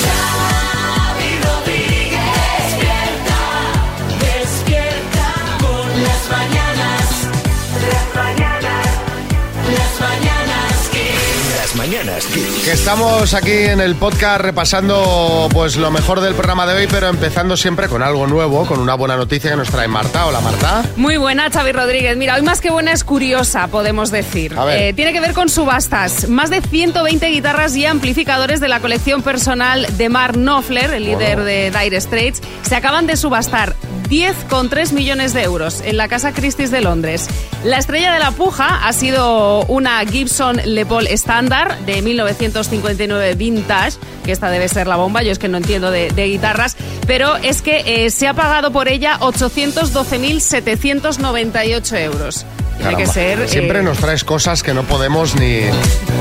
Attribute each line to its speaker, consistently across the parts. Speaker 1: Xavi Rodríguez, despierta, despierta con las mañanas, las mañanas, las mañanas que
Speaker 2: Las mañanas Kiss.
Speaker 3: Que estamos aquí en el podcast repasando pues lo mejor del programa de hoy, pero empezando siempre con algo nuevo, con una buena noticia que nos trae Marta. Hola Marta.
Speaker 4: Muy buena, Xavi Rodríguez. Mira, hoy más que buena es curiosa, podemos decir.
Speaker 3: A ver.
Speaker 4: Eh, tiene que ver con subastas. Más de 120 guitarras y amplificadores de la colección personal de Mark Knopfler, el líder de Dire Straits, se acaban de subastar 10,3 millones de euros en la Casa Christie's de Londres. La estrella de la puja ha sido una Gibson Le Paul estándar de 1959 vintage, que esta debe ser la bomba, yo es que no entiendo de, de guitarras, pero es que eh, se ha pagado por ella 812.798 euros. Tiene que
Speaker 3: Caramba.
Speaker 4: ser... eh,
Speaker 3: Siempre nos traes cosas que no podemos ni,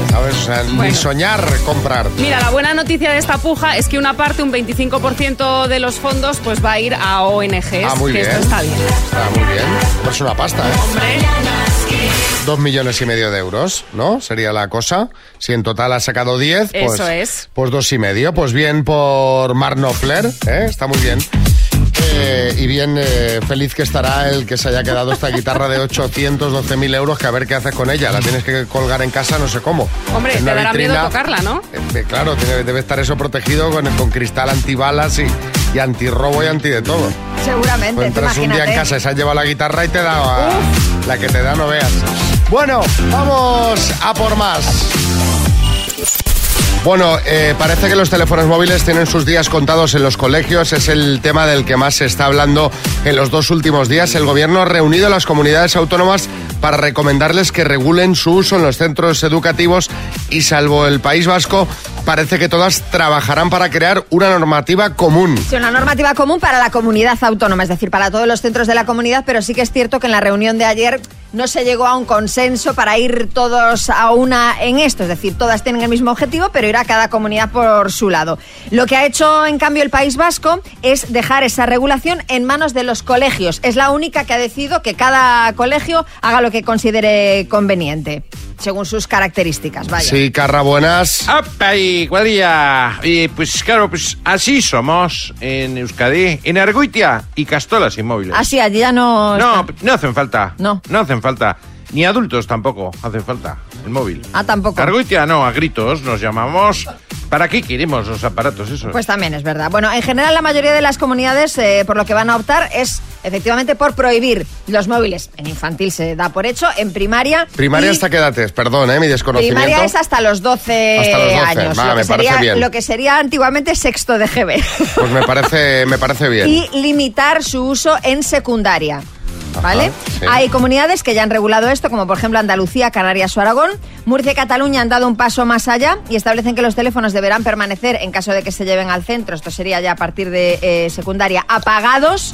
Speaker 3: ¿sabes? O sea, ni
Speaker 4: Bueno.
Speaker 3: soñar comprar.
Speaker 4: Mira, la buena noticia de esta puja es que una parte, un 25% de los fondos, pues va a ir a ONGs,
Speaker 3: Ah, muy
Speaker 4: que
Speaker 3: bien.
Speaker 4: esto está bien.
Speaker 3: Está Ah, muy bien. Es una pasta, ¿eh?
Speaker 4: Hombre,
Speaker 3: Dos millones y medio de euros, ¿no? Sería la cosa. Si en total ha sacado diez, pues,
Speaker 4: Eso es.
Speaker 3: pues dos y medio. Pues bien por Mark Knopfler, ¿eh? Está muy bien. Eh, y bien eh, feliz que estará el que se haya quedado esta guitarra de 812.000 euros, que a ver qué haces con ella. La tienes que colgar en casa, no sé cómo.
Speaker 4: hombre,
Speaker 3: En
Speaker 4: te
Speaker 3: una
Speaker 4: dará miedo
Speaker 3: vitrina.
Speaker 4: tocarla, ¿no?
Speaker 3: Eh, Claro, tiene- debe estar eso protegido con, con cristal antibalas y, y antirrobo y anti de todo.
Speaker 5: Seguramente,
Speaker 3: Pues
Speaker 5: tú
Speaker 3: entras un
Speaker 5: imagínate.
Speaker 3: día en casa y se han llevado la guitarra y te da a- la que te da, no veas. Bueno, vamos a por más. Bueno, eh, parece que los teléfonos móviles tienen sus días contados en los colegios. Es el tema del que más se está hablando en los dos últimos días. El gobierno ha reunido a las comunidades autónomas para recomendarles que regulen su uso en los centros educativos y salvo el País Vasco, parece que todas trabajarán para crear una normativa común.
Speaker 5: Sí, una normativa común para la comunidad autónoma, es decir, para todos los centros de la comunidad, pero sí que es cierto que en la reunión de ayer no se llegó a un consenso para ir todos a una en esto, es decir, todas tienen el mismo objetivo, pero irá cada comunidad por su lado. Lo que ha hecho, en cambio, el País Vasco es dejar esa regulación en manos de los colegios. Es la única que ha decidido que cada colegio haga lo que considere conveniente, según sus características. Vaya.
Speaker 3: Sí, Carra, buenas.
Speaker 6: ¡Apa y cuadrilla! Y pues claro, pues así somos en Euskadi, en Argoitia y Castolas Inmóviles.
Speaker 5: Así, allí ya Ah, no.
Speaker 6: no, no hacen falta.
Speaker 5: No.
Speaker 6: No hacen falta. Ni adultos tampoco hacen falta. El móvil.
Speaker 5: Ah, tampoco.
Speaker 6: Argoitia no, a gritos nos llamamos. ¿Para qué queremos los aparatos esos?
Speaker 5: Pues también es verdad. Bueno, en general la mayoría de las comunidades eh, por lo que van a optar es efectivamente por prohibir los móviles. En infantil se da por hecho, en primaria...
Speaker 3: Primaria
Speaker 5: y
Speaker 3: hasta qué edad es, perdón, ¿eh? mi desconocimiento.
Speaker 5: Primaria es hasta los 12,
Speaker 3: Hasta los 12,
Speaker 5: años,
Speaker 3: va,
Speaker 5: lo, que
Speaker 3: me parece
Speaker 5: sería,
Speaker 3: bien.
Speaker 5: lo que sería antiguamente sexto de GB.
Speaker 3: Pues me parece, me parece bien.
Speaker 5: y limitar su uso en secundaria. ¿Vale?
Speaker 3: sí.
Speaker 5: Hay comunidades que ya han regulado esto, como por ejemplo Andalucía, Canarias o Aragón. Murcia y Cataluña han dado un paso más allá y establecen que los teléfonos deberán permanecer, en caso de que se lleven al centro, esto sería ya a partir de eh, secundaria, apagados.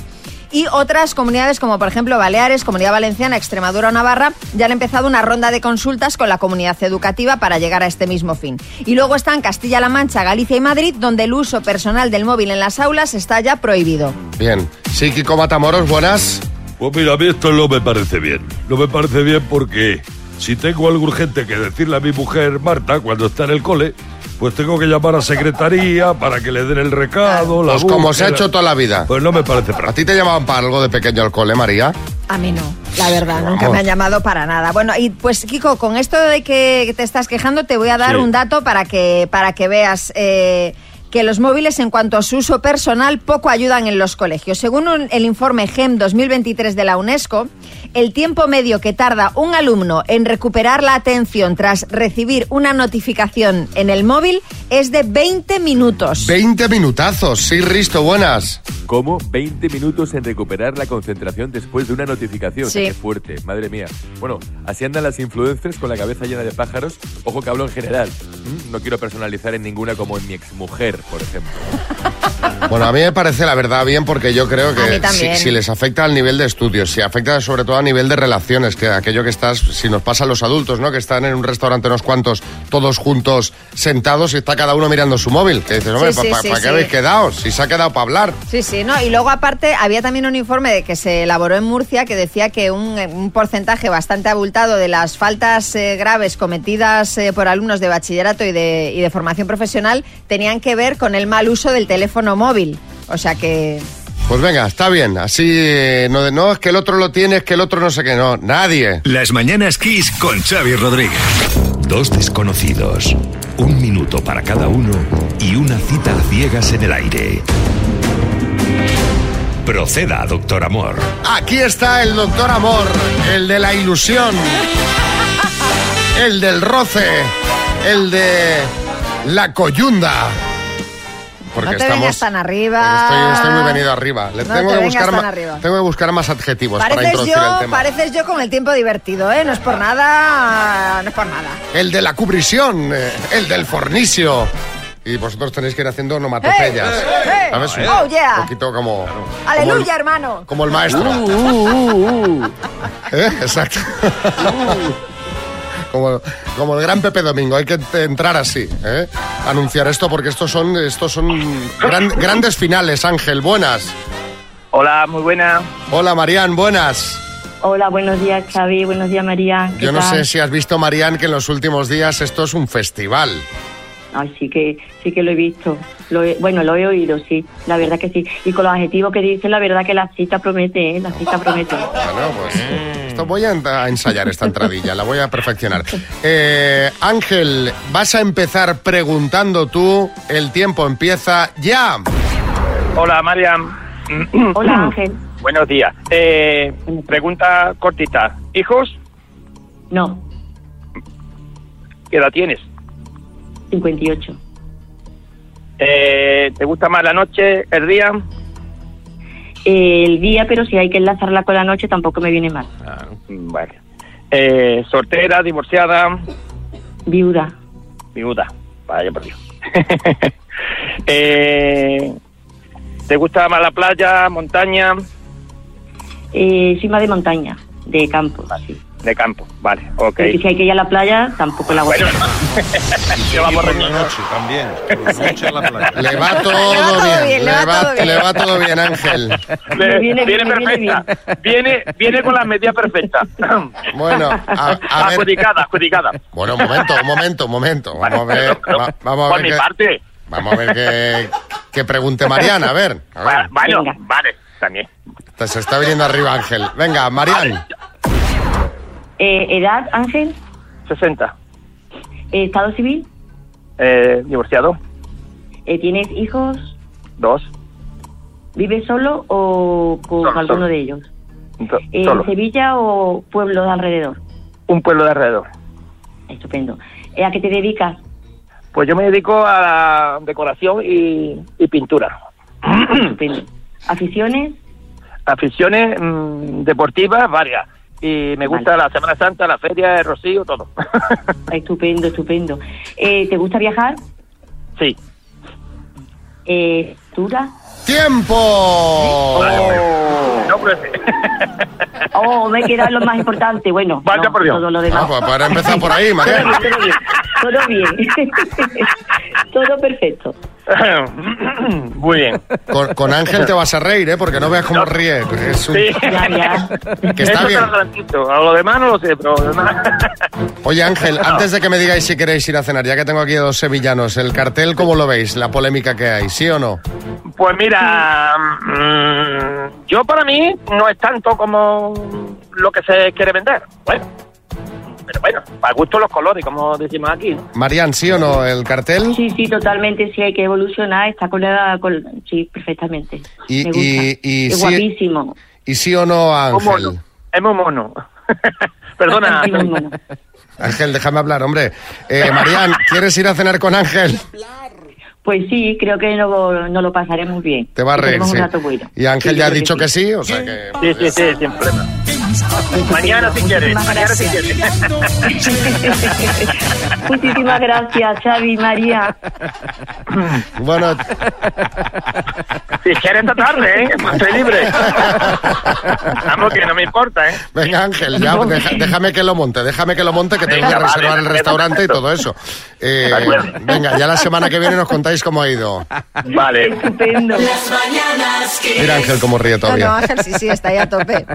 Speaker 5: Y otras comunidades como por ejemplo Baleares, Comunidad Valenciana, Extremadura o Navarra ya han empezado una ronda de consultas con la comunidad educativa para llegar a este mismo fin. Y luego están Castilla-La Mancha, Galicia y Madrid, donde el uso personal del móvil en las aulas está ya prohibido.
Speaker 3: Bien. Sí, Kiko Matamoros, buenas.
Speaker 7: Pues mira, a mí esto no me parece bien. No me parece bien porque si tengo algo urgente que decirle a mi mujer Marta cuando está en el cole, pues tengo que llamar a secretaría para que le den el recado. La
Speaker 3: Pues como
Speaker 7: busque,
Speaker 3: se ha
Speaker 7: la-
Speaker 3: hecho toda la vida.
Speaker 7: Pues no me parece
Speaker 3: ¿A
Speaker 7: práctico.
Speaker 3: ti te llamaban para algo de pequeño al cole, María?
Speaker 5: A mí no, la verdad,
Speaker 3: Vamos.
Speaker 5: nunca me han llamado para nada. Bueno, y pues Kiko, con esto de que te estás quejando, te voy a
Speaker 7: Sí.
Speaker 5: dar un dato para que, para que veas eh, que los móviles en cuanto a su uso personal poco ayudan en los colegios. Según un- el informe E GEM 2023 de la UNESCO, el tiempo medio que tarda un alumno en recuperar la atención tras recibir una notificación en el móvil es de 20 minutos.
Speaker 3: 20 minutazos. Sí, Risto, buenas.
Speaker 8: Como 20 minutos en recuperar la concentración después de una notificación.
Speaker 5: Sí.
Speaker 8: Qué fuerte, madre mía. Bueno, así andan las influencers con la cabeza llena de pájaros. Ojo que hablo en general. Mm, No quiero personalizar en ninguna como en mi exmujer, por ejemplo.
Speaker 3: Bueno, a mí me parece la verdad bien porque yo creo
Speaker 5: A mí
Speaker 3: que si,
Speaker 5: también.
Speaker 3: si les afecta al nivel de estudios, si afecta sobre todo a nivel de relaciones, que aquello que estás, si nos pasa a los adultos, ¿no? Que están en un restaurante unos cuantos, todos juntos, sentados y está cada uno mirando su móvil. Que dices, hombre,
Speaker 5: Sí, sí,
Speaker 3: ¿para
Speaker 5: sí,
Speaker 3: qué
Speaker 5: sí.
Speaker 3: habéis quedado? Si se ha quedado para hablar.
Speaker 5: Sí, sí, no. Y luego, aparte, había también un informe de que se elaboró en Murcia que decía que un, un porcentaje bastante abultado de las faltas eh, graves cometidas eh, por alumnos de bachillerato y de, y de formación profesional tenían que ver con el mal uso del teléfono móvil. O sea que.
Speaker 3: Pues venga, está bien. Así, eh, no, de- no es que el otro lo tiene, es que el otro no sé qué. No, nadie.
Speaker 2: Las mañanas Kiss con Xavi Rodríguez. Dos desconocidos, un minuto para cada uno y una cita a ciegas en el aire. Proceda, doctor amor.
Speaker 3: Aquí está el doctor Amor, el de la ilusión, el del roce, el de la coyunda. Porque
Speaker 5: no te vengas
Speaker 3: estamos.
Speaker 5: tan
Speaker 3: Estoy,
Speaker 5: arriba.
Speaker 3: estoy muy venido arriba. Le
Speaker 5: No
Speaker 3: tengo,
Speaker 5: te
Speaker 3: que
Speaker 5: vengas
Speaker 3: buscar
Speaker 5: tan
Speaker 3: ma-
Speaker 5: arriba.
Speaker 3: tengo que buscar más adjetivos para
Speaker 5: Pareces
Speaker 3: introducir el
Speaker 5: yo,
Speaker 3: tema.
Speaker 5: pareces yo con el tiempo divertido, ¿eh? No es por nada. No es por nada.
Speaker 3: El de la cubrisión, eh, el del fornicio. Y vosotros tenéis que ir haciendo onomatopeyas.
Speaker 5: ¡Eh! ¡Eh!
Speaker 3: ¿Sabes? Un
Speaker 5: ¡Oh, yeah!
Speaker 3: poquito como. como el-
Speaker 5: Aleluya, hermano.
Speaker 3: Como el maestro.
Speaker 1: Uh.
Speaker 3: ¿Eh? Exacto. Como, como el gran Pepe Domingo, hay que te- entrar así, ¿eh? anunciar esto porque estos son estos son gran- grandes finales, Ángel, buenas.
Speaker 9: Hola, muy buena.
Speaker 3: Hola Marían, buenas.
Speaker 10: Hola, buenos días Xavi, buenos días María. ¿Qué
Speaker 3: Yo no
Speaker 10: tal?
Speaker 3: sé si has visto Marían que en los últimos días esto es un festival.
Speaker 10: Ay, sí que, sí que lo he visto. Lo he- bueno, lo he oído, sí. La verdad que sí. Y con los adjetivos que dicen, la verdad que la cita promete, ¿eh? La cita promete.
Speaker 3: Bueno, pues esto voy a en- a ensayar esta entradilla, la voy a perfeccionar. Eh, Ángel, vas a empezar preguntando tú, el tiempo empieza ya.
Speaker 9: Hola, Mariam.
Speaker 10: Hola, Ángel.
Speaker 9: Buenos días. Eh, pregunta cortita. ¿Hijos?
Speaker 10: No,
Speaker 9: ¿Qué edad tienes?
Speaker 10: 58.
Speaker 9: Eh, ¿Te gusta más la noche, el día?
Speaker 10: El día, pero si hay que enlazarla con la noche, tampoco me viene mal.
Speaker 9: Mm, Vale. Eh, ¿Soltera, divorciada?
Speaker 10: Viuda.
Speaker 9: Viuda. Vaya por Dios. Eh, ¿Te gusta más la playa, montaña?
Speaker 10: Eh, cima de montaña, de campo, sí.
Speaker 9: De campo. Vale, ok.
Speaker 10: Porque si hay que ir a la playa, tampoco la aguanto.
Speaker 9: Bueno, yo vamos
Speaker 6: Por la noche también. Por la noche en la playa.
Speaker 3: Le va
Speaker 5: Le va
Speaker 3: todo
Speaker 5: todo
Speaker 3: bien,
Speaker 5: bien, le
Speaker 3: le
Speaker 5: va todo
Speaker 3: va-
Speaker 5: bien.
Speaker 3: le va todo bien, Ángel.
Speaker 9: Le-
Speaker 10: Viene bien,
Speaker 9: viene,
Speaker 10: viene
Speaker 9: perfecta. Viene, viene con la medida perfecta.
Speaker 3: Bueno, a, a ver.
Speaker 9: adjudicada, adjudicada.
Speaker 3: Bueno, un momento, un momento, un momento. Vamos a ver,
Speaker 9: Pero-
Speaker 3: va- vamos a
Speaker 9: por
Speaker 3: ver.
Speaker 9: mi
Speaker 3: qué-
Speaker 9: parte.
Speaker 3: Vamos a ver qué, qué pregunte Mariana. A ver, a ver.
Speaker 9: Va- Vale,
Speaker 10: Venga.
Speaker 9: vale, también.
Speaker 3: Te- se está viniendo arriba Ángel. Venga, Marian.
Speaker 10: Eh, edad, Ángel.
Speaker 9: 60.
Speaker 10: Eh, estado civil.
Speaker 9: Eh, divorciado.
Speaker 10: Eh, ¿Tienes hijos?
Speaker 9: Dos.
Speaker 10: ¿Vives solo o con
Speaker 9: Solo,
Speaker 10: alguno
Speaker 9: solo.
Speaker 10: de ellos?
Speaker 9: Do-
Speaker 10: ¿En
Speaker 9: solo.
Speaker 10: Sevilla o pueblos alrededor?
Speaker 9: Un pueblo de alrededor.
Speaker 10: Estupendo. Eh, ¿A qué te dedicas?
Speaker 9: Pues yo me dedico a la decoración y, y pintura.
Speaker 10: Estupendo. ¿Aficiones?
Speaker 9: Aficiones mm, deportivas varias. Y me gusta la Semana Santa, la feria, el rocío, todo.
Speaker 10: Estupendo, estupendo. Eh, ¿Te gusta viajar?
Speaker 9: sí.
Speaker 10: Eh, ¿Dura?
Speaker 3: ¡Tiempo!
Speaker 9: No, pero sí.
Speaker 10: Oh, me he quedado en lo más importante. Bueno,
Speaker 9: Vaya
Speaker 10: no,
Speaker 9: por Dios.
Speaker 10: todo lo demás.
Speaker 3: Ah, pues para empezar por ahí, Marian.
Speaker 10: Todo bien, todo bien. Todo, bien. todo perfecto.
Speaker 9: Muy bien.
Speaker 3: Con, con Ángel te vas a reír, ¿eh? Porque no veas cómo ríe. Es un-
Speaker 9: Sí.
Speaker 10: Ya, ya.
Speaker 3: Que está
Speaker 9: Eso te
Speaker 3: bien.
Speaker 9: lo garantizo. A lo demás no lo sé, pero lo demás-
Speaker 3: Oye, Ángel, antes de que me digáis si queréis ir a cenar, ya que tengo aquí a dos sevillanos, el cartel, ¿cómo lo veis? La polémica que hay, ¿sí o no?
Speaker 9: Pues mira, mm, yo para mí no es tanto como lo que se quiere vender. Bueno, pero bueno, para gusto los colores, como decimos aquí. ¿no?
Speaker 3: Marian, ¿sí o no el cartel?
Speaker 10: Sí, sí, totalmente. Sí, hay que evolucionar. Está con la. Con, sí, perfectamente.
Speaker 3: Y-
Speaker 10: Me gusta.
Speaker 3: y- y
Speaker 10: es
Speaker 3: sí-
Speaker 10: guapísimo.
Speaker 3: ¿Y sí o no a
Speaker 9: Un mono.
Speaker 3: Ángel?
Speaker 9: Es muy mono. Perdona.
Speaker 10: Sí, muy bueno.
Speaker 3: Ángel, déjame hablar, hombre. Eh, Marian, ¿quieres ir a cenar con Ángel?
Speaker 10: Pues sí, creo que no, no lo pasaremos bien.
Speaker 3: Te va a
Speaker 10: Y
Speaker 3: reír,
Speaker 10: tenemos
Speaker 3: sí.
Speaker 10: un rato bueno.
Speaker 3: Y Ángel
Speaker 10: Sí,
Speaker 3: ya ha
Speaker 10: creo
Speaker 3: dicho que pues, sí, o sea que...
Speaker 9: Sí, sí, sí, sin problema. Mañana si quieres, mañana si quieres.
Speaker 10: Muchísimas gracias, Xavi, María.
Speaker 3: Bueno,
Speaker 9: Si quieres esta tarde, ¿eh? Estoy libre. Vamos, que no me importa, ¿eh?
Speaker 3: venga Ángel, ya, deja- déjame que lo monte, déjame que lo monte, que tengo que
Speaker 9: Venga, vale,
Speaker 3: reservar el
Speaker 9: perfecto,
Speaker 3: restaurante y
Speaker 9: perfecto.
Speaker 3: todo eso. Eh,
Speaker 9: De acuerdo.
Speaker 3: venga, ya la semana que viene nos contáis cómo ha ido.
Speaker 9: Vale.
Speaker 10: Estupendo.
Speaker 1: Las mañanas Kiss.
Speaker 3: Mira Ángel cómo ríe
Speaker 5: No, no,
Speaker 3: todavía.
Speaker 5: Ángel, sí, sí, está ahí a tope.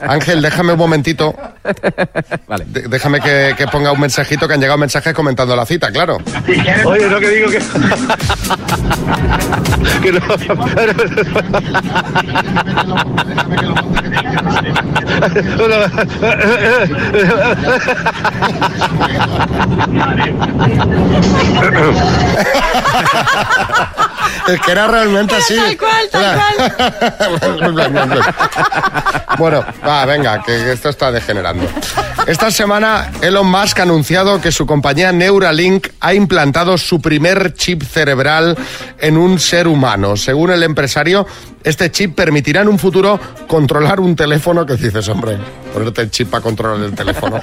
Speaker 3: Ángel, déjame un momentito,
Speaker 8: Vale.
Speaker 3: de- déjame que, que ponga un mensajito, que han llegado mensajes comentando la cita, claro.
Speaker 9: Si quieres,
Speaker 11: Oye, no que digo que... que no...
Speaker 3: Es que era realmente así.
Speaker 1: tal cual, tal
Speaker 3: cual. bueno, va, venga, que que esto está degenerando. Esta semana Elon Musk ha anunciado que su compañía Neuralink ha implantado su primer chip cerebral en un ser humano. Según el empresario, este chip permitirá en un futuro controlar un teléfono que dices, hombre, ponerte el chip para controlar el teléfono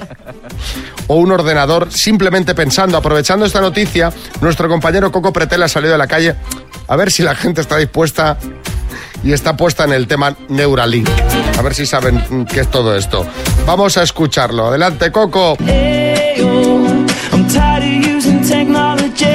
Speaker 3: o un ordenador simplemente pensando. Aprovechando esta noticia, nuestro compañero Coco Pretel ha salido a la calle a ver si la gente está dispuesta y está puesta en el tema Neuralink. A ver si saben mm, qué es todo esto. Vamos a escucharlo. Adelante, Coco.
Speaker 1: I'm tired of using technology.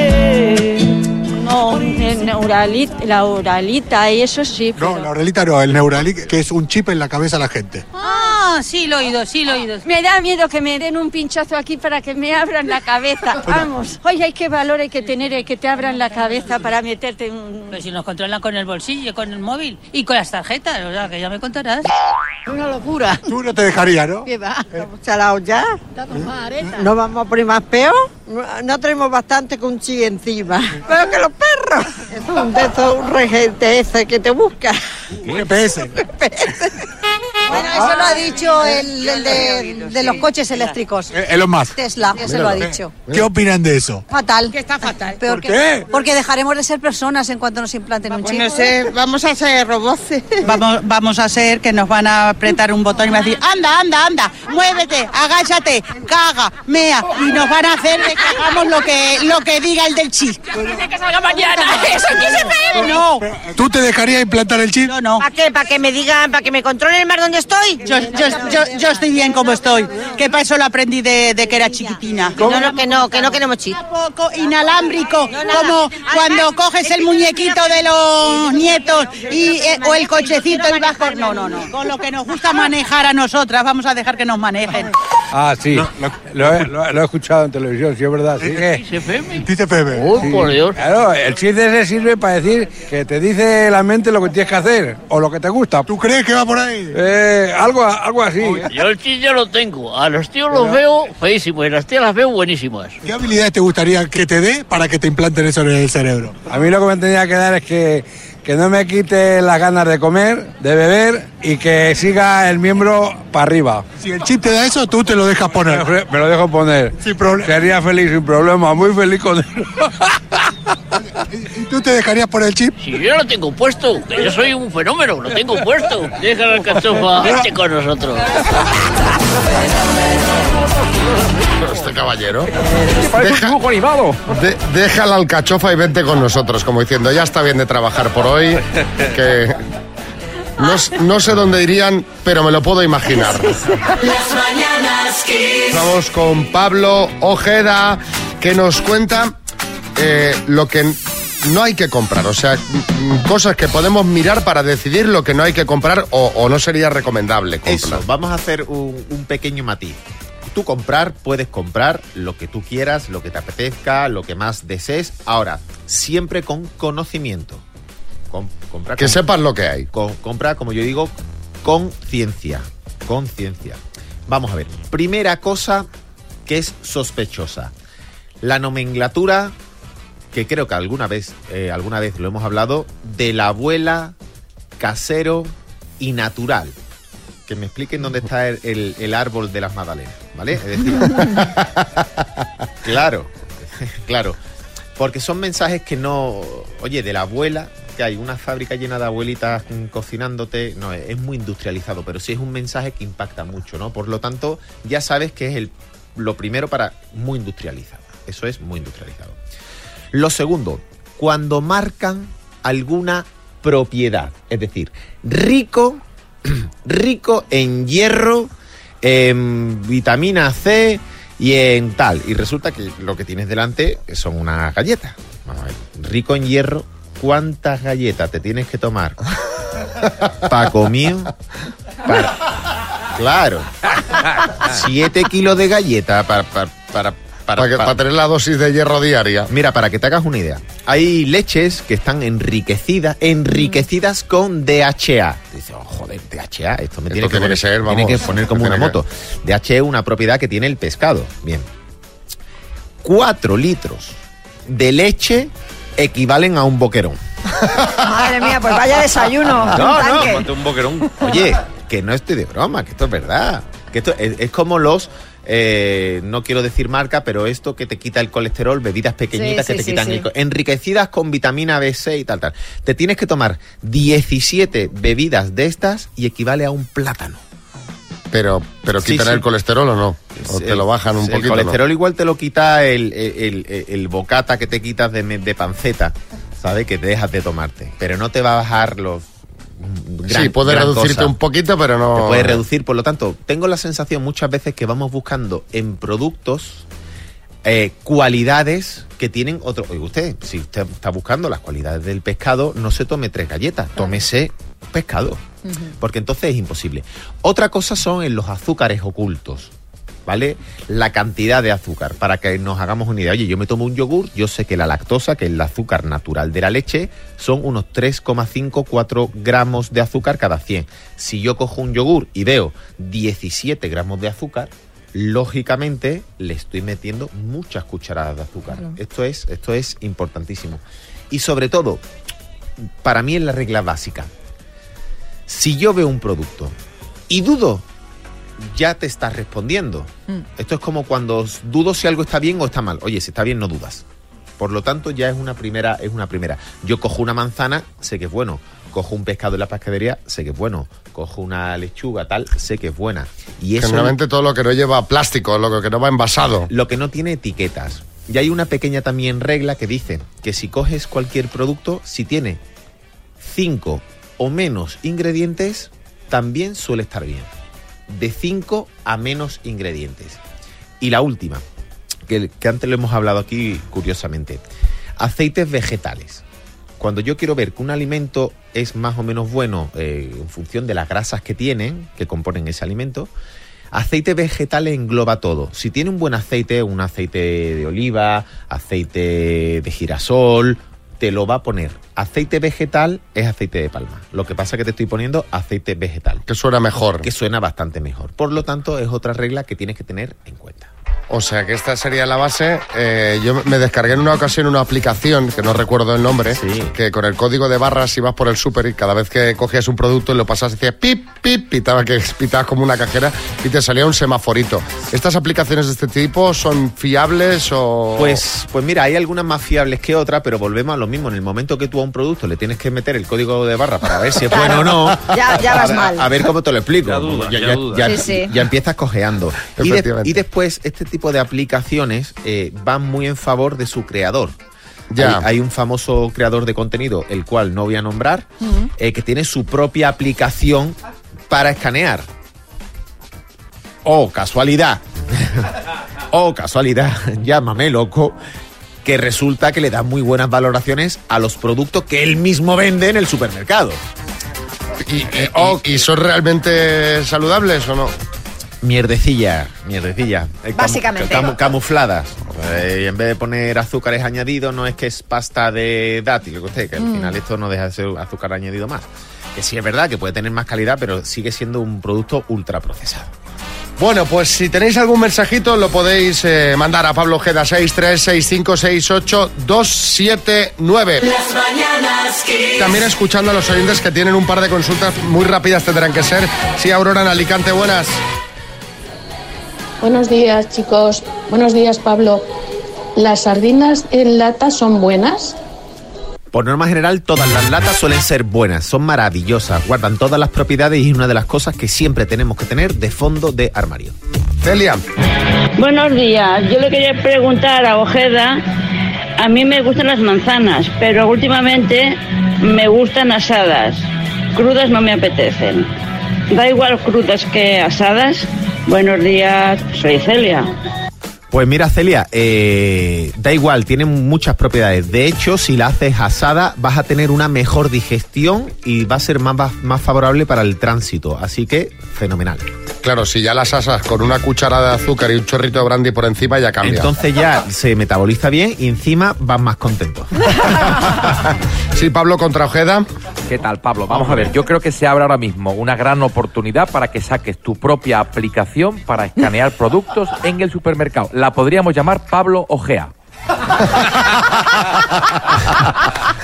Speaker 12: No, el neuralit, la oralita y eso sí.
Speaker 11: No, la orelita no, el Neuralink, que es un chip en la cabeza a la gente.
Speaker 12: Ah, sí lo he oído, sí lo he oído. Me da miedo que me den un pinchazo aquí para que me abran la cabeza. Vamos. Oye, hay que valor hay que tener el que te abran la cabeza para meterte un...
Speaker 13: Pues si nos controlan con el bolsillo, con el móvil y con las tarjetas, o sea, que ya me contarás.
Speaker 14: Una locura.
Speaker 11: Tú no te dejaría, ¿no?
Speaker 14: ¿Qué va? Estamos chalaos ya. ¿No vamos a poner más Ah, peor? No, no tenemos bastante con chi encima. Pero que los perros. Es un de esos, un regente ese que te busca.
Speaker 11: Un GPS.
Speaker 14: Bueno, Ah, eso
Speaker 15: Ah.
Speaker 14: lo ha dicho el, de, los coches eléctricos.
Speaker 11: Eh, Elon Musk.
Speaker 14: Tesla, eso lo ha
Speaker 16: ¿eh?
Speaker 14: dicho.
Speaker 11: ¿Qué opinan de eso?
Speaker 14: Fatal. Que está fatal.
Speaker 11: ¿Por qué?
Speaker 14: Porque dejaremos de ser personas en cuanto nos implanten un chip.
Speaker 15: vamos a ser robots. Vamos, vamos a ser que nos van a apretar un botón y van a decir, anda, anda, anda, muévete, agáchate, caga, mea. Y nos van a hacer de que hagamos lo que, lo que diga el del chip.
Speaker 1: que salga mañana. Eso
Speaker 15: No.
Speaker 11: eh, ¿Tú te dejarías implantar el chip?
Speaker 15: No, no. ¿Para qué? ¿Para que me digan, para que me controlen más dónde estoy? Yo, yo, yo, yo estoy bien como estoy. Que para eso lo aprendí de, de que era chiquitina. No, no, que no, que no queremos chip. Poco inalámbrico, como cuando coges el muñequito de los nietos y, eh, o el cochecito y vas por... No, no, no. Con lo que nos gusta manejar a nosotras, vamos a dejar que nos manejen.
Speaker 16: Ah, sí. lo, he, lo- lo he escuchado en televisión, sí, es verdad. Sí,
Speaker 11: Dice Pepe.
Speaker 16: Sí. Claro, el chiste ese sirve para decir que te dice la mente lo que tienes que hacer o lo que te gusta. ¿Tú
Speaker 11: crees que va por ahí?
Speaker 16: algo, a- algo así.
Speaker 17: Yo el chip ya lo tengo. A los tíos los veo feísimos y las tías las veo buenísimas.
Speaker 11: ¿Qué habilidades te gustaría que te dé para que te implanten eso en el cerebro?
Speaker 16: A mí lo que me tendría que dar es que, que no me quite las ganas de comer, de beber y que siga el miembro para arriba.
Speaker 11: Si el chip te da eso, tú te lo dejas poner.
Speaker 16: Me, lo dejo poner. Sin problema. Sería feliz sin problema, muy feliz con él.
Speaker 11: ¿Y tú te dejarías poner el chip?
Speaker 17: Si yo lo tengo puesto, que yo soy un fenómeno, lo tengo puesto. Deja la cachofa, vente con nosotros.
Speaker 3: Este caballero. Deja, de- deja la alcachofa y vente con nosotros, como diciendo, ya está bien de trabajar por hoy, que no, s- no sé dónde irían, pero me lo puedo imaginar.
Speaker 1: Las mañanas Kiss.
Speaker 3: Vamos con Pablo Ojeda, que nos cuenta eh, lo que n- no hay que comprar, o sea, m- m- cosas que podemos mirar para decidir lo que no hay que comprar o, o no sería recomendable comprar.
Speaker 18: Eso, vamos a hacer un, un pequeño matiz. Tú comprar, puedes comprar lo que tú quieras, lo que te apetezca, lo que más desees. Ahora, siempre con conocimiento. Com- compra
Speaker 3: Que sepas lo que hay.
Speaker 18: compra, como yo digo, con ciencia. Con ciencia. Vamos a ver. Primera cosa que es sospechosa. La nomenclatura, que creo que alguna vez, eh, alguna vez lo hemos hablado, de la abuela, casero y natural que me expliquen dónde está el, el- el árbol de las magdalenas, ¿vale? Es decir, claro, claro. Porque son mensajes que no. Oye, de la abuela, que hay una fábrica llena de abuelitas mm, cocinándote. No, es, es muy industrializado, pero sí es un mensaje que impacta mucho, ¿no? Por lo tanto, ya sabes que es el, lo primero para muy industrializado. Eso es muy industrializado. Lo segundo, cuando marcan alguna propiedad, es decir, rico, rico en hierro, en vitamina C y en tal. Y resulta que lo que tienes delante son unas galletas. Vamos a ver, rico en hierro, ¿cuántas galletas te tienes que tomar? Paco mío. Para- claro. Siete kilos de galleta para, para, para,
Speaker 3: Para que- para tener
Speaker 18: la dosis de hierro diaria. Mira, para que te hagas una idea. Hay leches que están enriquecidas, enriquecidas con DHA. Dices, oh, joder, DHA, esto me tiene, que,
Speaker 3: tiene
Speaker 18: poner,
Speaker 3: que ser,
Speaker 18: tiene
Speaker 3: vamos,
Speaker 18: que poner como
Speaker 3: tiene
Speaker 18: una
Speaker 3: que-
Speaker 18: moto. DHA es una propiedad que tiene el pescado. Bien. Cuatro litros de leche equivalen a un boquerón.
Speaker 5: Madre mía, pues vaya desayuno.
Speaker 19: Ah,
Speaker 5: un tanque.
Speaker 18: un boquerón. Oye, que no estoy de broma, que esto es verdad. Que esto es, es como los. eh, no quiero decir marca, pero esto que te quita el colesterol, bebidas pequeñitas
Speaker 19: Sí,
Speaker 18: que
Speaker 19: sí,
Speaker 18: te
Speaker 19: sí,
Speaker 18: quitan
Speaker 19: sí.
Speaker 18: el co- enriquecidas con vitamina B6 y tal, tal. Te tienes que tomar 17 bebidas de estas y equivale a un plátano.
Speaker 3: Pero, pero
Speaker 18: Sí,
Speaker 3: quitan
Speaker 18: sí.
Speaker 3: el colesterol o no. O te
Speaker 18: el-
Speaker 3: lo bajan un poquito.
Speaker 18: El
Speaker 3: ¿no?
Speaker 18: colesterol igual te lo quita el, el- el- el bocata que te quitas de, me- de panceta, ¿sabes? Que dejas de tomarte. Pero no te va a bajar los. gran-
Speaker 3: sí, puede
Speaker 18: gran
Speaker 3: reducirte
Speaker 18: cosa.
Speaker 3: un poquito, pero no.
Speaker 18: Te puede reducir, por lo tanto, tengo la sensación muchas veces que vamos buscando en productos eh, cualidades que tienen otro. Oye, usted, si usted está buscando las cualidades del pescado, no se tome tres galletas, tómese pescado, porque entonces es imposible. Otra cosa son en los azúcares ocultos. ¿Vale? La cantidad de azúcar, para que nos hagamos una idea. Oye, yo me tomo un yogur, yo sé que la lactosa, que es el azúcar natural de la leche, son unos 3,54 gramos de azúcar cada 100. Si yo cojo un yogur y veo 17 gramos de azúcar, lógicamente le estoy metiendo muchas cucharadas de azúcar.
Speaker 19: Claro.
Speaker 18: Esto, es, esto es importantísimo. Y sobre todo, para mí es la regla básica. Si yo veo un producto y dudo, ya te estás respondiendo. Esto es como cuando os dudo si algo está bien o está mal. Oye, si está bien, no dudas. Por lo tanto, ya es una primera, es una primera. Yo cojo una manzana, sé que es bueno. Cojo un pescado en la pescadería, sé que es bueno. Cojo una lechuga, tal, sé que es buena. Y eso
Speaker 3: Generalmente todo lo que no lleva plástico, lo que no va envasado.
Speaker 18: lo que no tiene etiquetas. Y hay una pequeña también regla que dice que si coges cualquier producto, si tiene cinco o menos ingredientes, también suele estar bien. De 5 a menos ingredientes. Y la última, que, que antes lo hemos hablado aquí curiosamente, aceites vegetales. Cuando yo quiero ver que un alimento es más o menos bueno eh, en función de las grasas que tienen, que componen ese alimento, Aceite vegetal engloba todo. Si tiene un buen aceite, un aceite de oliva, aceite de girasol, te lo va a poner. Aceite vegetal es aceite de palma. Lo que pasa es que te estoy poniendo aceite vegetal.
Speaker 3: Que suena mejor.
Speaker 18: Que suena bastante mejor. Por lo tanto, es otra regla que tienes que tener en cuenta.
Speaker 3: O sea que esta sería la base. Eh, yo me descargué en una ocasión una aplicación, que no recuerdo el nombre, que con el código de barras ibas por el súper y cada vez que cogías un producto y lo pasabas decías pip, pip, pitaba que pitabas como una cajera y te salía un semaforito. ¿Estas aplicaciones de este tipo son fiables o...?
Speaker 18: Pues, pues mira, hay algunas más fiables que otras, pero volvemos a lo mismo. En el momento que tú a un producto le tienes que meter el código de barra para ver si es bueno o no,
Speaker 5: Ya- ya
Speaker 18: a-
Speaker 5: vas
Speaker 18: a-
Speaker 5: mal.
Speaker 18: A, ver cómo te lo explico. ya, ya-
Speaker 5: dudas. Sí,
Speaker 18: ya-
Speaker 5: sí.
Speaker 18: ya empiezas cojeando. Y, de-
Speaker 3: Efectivamente.
Speaker 18: y después, este tipo de aplicaciones eh, van muy en favor de su creador.
Speaker 3: Ya.
Speaker 18: Hay, hay un famoso creador de contenido, el cual no voy a nombrar, eh, que tiene su propia aplicación para escanear. Oh, casualidad. oh, casualidad. Llámame loco. Que resulta que le da muy buenas valoraciones a los productos que él mismo vende en el supermercado. eh, oh,
Speaker 3: ¿Y, y- y- y son realmente saludables o no?
Speaker 18: Mierdecilla, mierdecilla. Eh, camu-
Speaker 3: Básicamente.
Speaker 18: camu- camufladas. Eh, y en vez de poner azúcares añadidos, no es que es pasta de dátil, que usted, que al
Speaker 19: Mm.
Speaker 18: final esto no deja de ser azúcar añadido más. Que sí es verdad que puede tener más calidad, pero sigue siendo un producto ultraprocesado.
Speaker 3: Bueno, pues si tenéis algún mensajito lo podéis eh, mandar a Pablo Ojeda 636568279.
Speaker 1: Las mañanas Kiss.
Speaker 3: También escuchando a los oyentes que tienen un par de consultas muy rápidas tendrán que ser. Sí, Aurora en Alicante, buenas.
Speaker 20: Buenos días, chicos. Buenos días, Pablo.
Speaker 19: ¿Las sardinas en lata son buenas?
Speaker 18: Por norma general, todas las latas suelen ser buenas, son maravillosas, guardan todas las propiedades y es una de las cosas que siempre tenemos que tener de fondo de armario. Celia.
Speaker 20: Buenos días. Yo le quería preguntar a Ojeda. A mí me gustan las manzanas, pero últimamente me gustan asadas. Crudas no me apetecen. Da igual crudas que asadas. Buenos días. Soy Celia.
Speaker 18: Pues mira, Celia, eh, da igual, tiene muchas propiedades. De hecho, si la haces asada, vas a tener una mejor digestión y va a ser más, más- más favorable para el tránsito. Así que, fenomenal.
Speaker 3: Claro, si ya las asas con una cucharada de azúcar y un chorrito de brandy por encima, ya cambia.
Speaker 18: Entonces ya se metaboliza bien y encima vas más contento.
Speaker 3: Sí, Pablo contra Ojeda.
Speaker 21: ¿Qué tal, Pablo? Vamos a ver, yo creo que se abre ahora mismo una gran oportunidad para que saques tu propia aplicación para escanear productos en el supermercado. La podríamos llamar Pablo Ojea.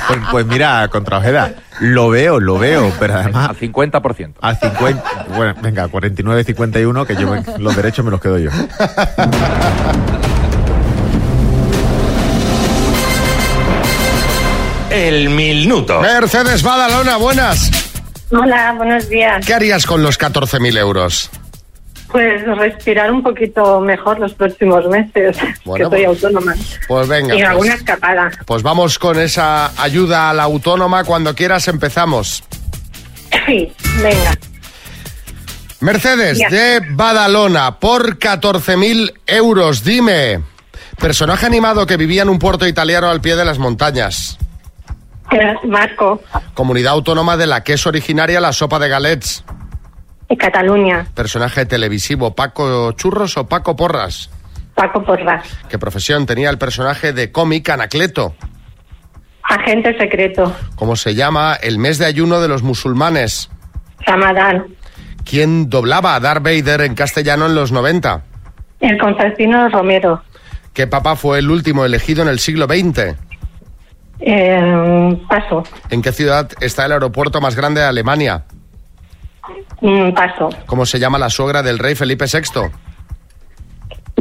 Speaker 18: Pues, pues mira, contra Ojeda, lo veo, lo veo, pero además... Al
Speaker 21: 50%.
Speaker 18: Al 50... Bueno, venga, 49-51, que yo me- los derechos me los quedo yo.
Speaker 3: El minuto. Mercedes Badalona, buenas.
Speaker 22: Hola, buenos días.
Speaker 3: ¿Qué harías con los 14.000 euros?
Speaker 22: Pues respirar un poquito mejor los próximos meses,
Speaker 3: Bueno,
Speaker 22: que soy
Speaker 3: pues-
Speaker 22: autónoma.
Speaker 3: Pues venga.
Speaker 22: y alguna
Speaker 3: Pues,
Speaker 22: escapada.
Speaker 3: pues vamos con esa ayuda a la autónoma. Cuando quieras empezamos.
Speaker 22: Sí, venga.
Speaker 3: Mercedes
Speaker 22: Ya.
Speaker 3: de Badalona, por 14.000 euros, dime. Personaje animado que vivía en un puerto italiano al pie de las montañas.
Speaker 22: Marco,
Speaker 3: Comunidad autónoma de la que es originaria la sopa de galets.
Speaker 22: de Cataluña,
Speaker 3: Personaje televisivo, Paco Churros o Paco Porras.
Speaker 22: Paco Porras,
Speaker 3: ¿Qué profesión tenía el personaje de cómic Anacleto?
Speaker 22: agente secreto,
Speaker 3: ¿Cómo se llama el mes de ayuno de los musulmanes?
Speaker 22: Ramadán,
Speaker 3: ¿Quién doblaba a Darth Vader en castellano en los 90?
Speaker 22: el Constantino Romero,
Speaker 3: ¿Qué papa fue el último elegido en el siglo XX?
Speaker 22: eh, paso,
Speaker 3: ¿En qué ciudad está el aeropuerto más grande de Alemania?
Speaker 22: mm, paso,
Speaker 3: ¿Cómo se llama la suegra del rey Felipe VI?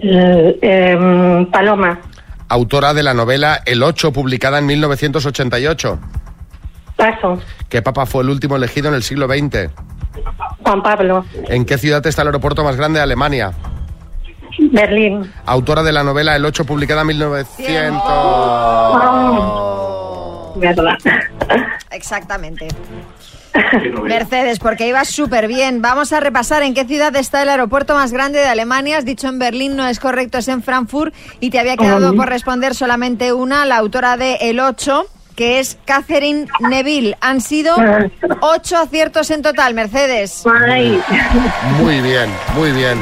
Speaker 22: L- em, Paloma,
Speaker 3: Autora de la novela El 8, publicada en 1988.
Speaker 22: paso,
Speaker 3: ¿Qué papa fue el último elegido en el siglo XX?
Speaker 22: Juan Pablo,
Speaker 3: ¿En qué ciudad está el aeropuerto más grande de Alemania?
Speaker 22: Berlín.
Speaker 3: Autora de la novela El 8, publicada en 1900.
Speaker 22: Verdad.
Speaker 5: Exactamente. Mercedes, porque ibas súper bien. Vamos a repasar en qué ciudad está el aeropuerto más grande de Alemania. Has dicho en Berlín, no es correcto, es en Frankfurt. Y te había quedado
Speaker 23: Ujú.
Speaker 5: por responder solamente una, la autora de El 8, que es Catherine Neville. Han sido ocho aciertos en total, Mercedes.
Speaker 3: Muy bien, muy bien.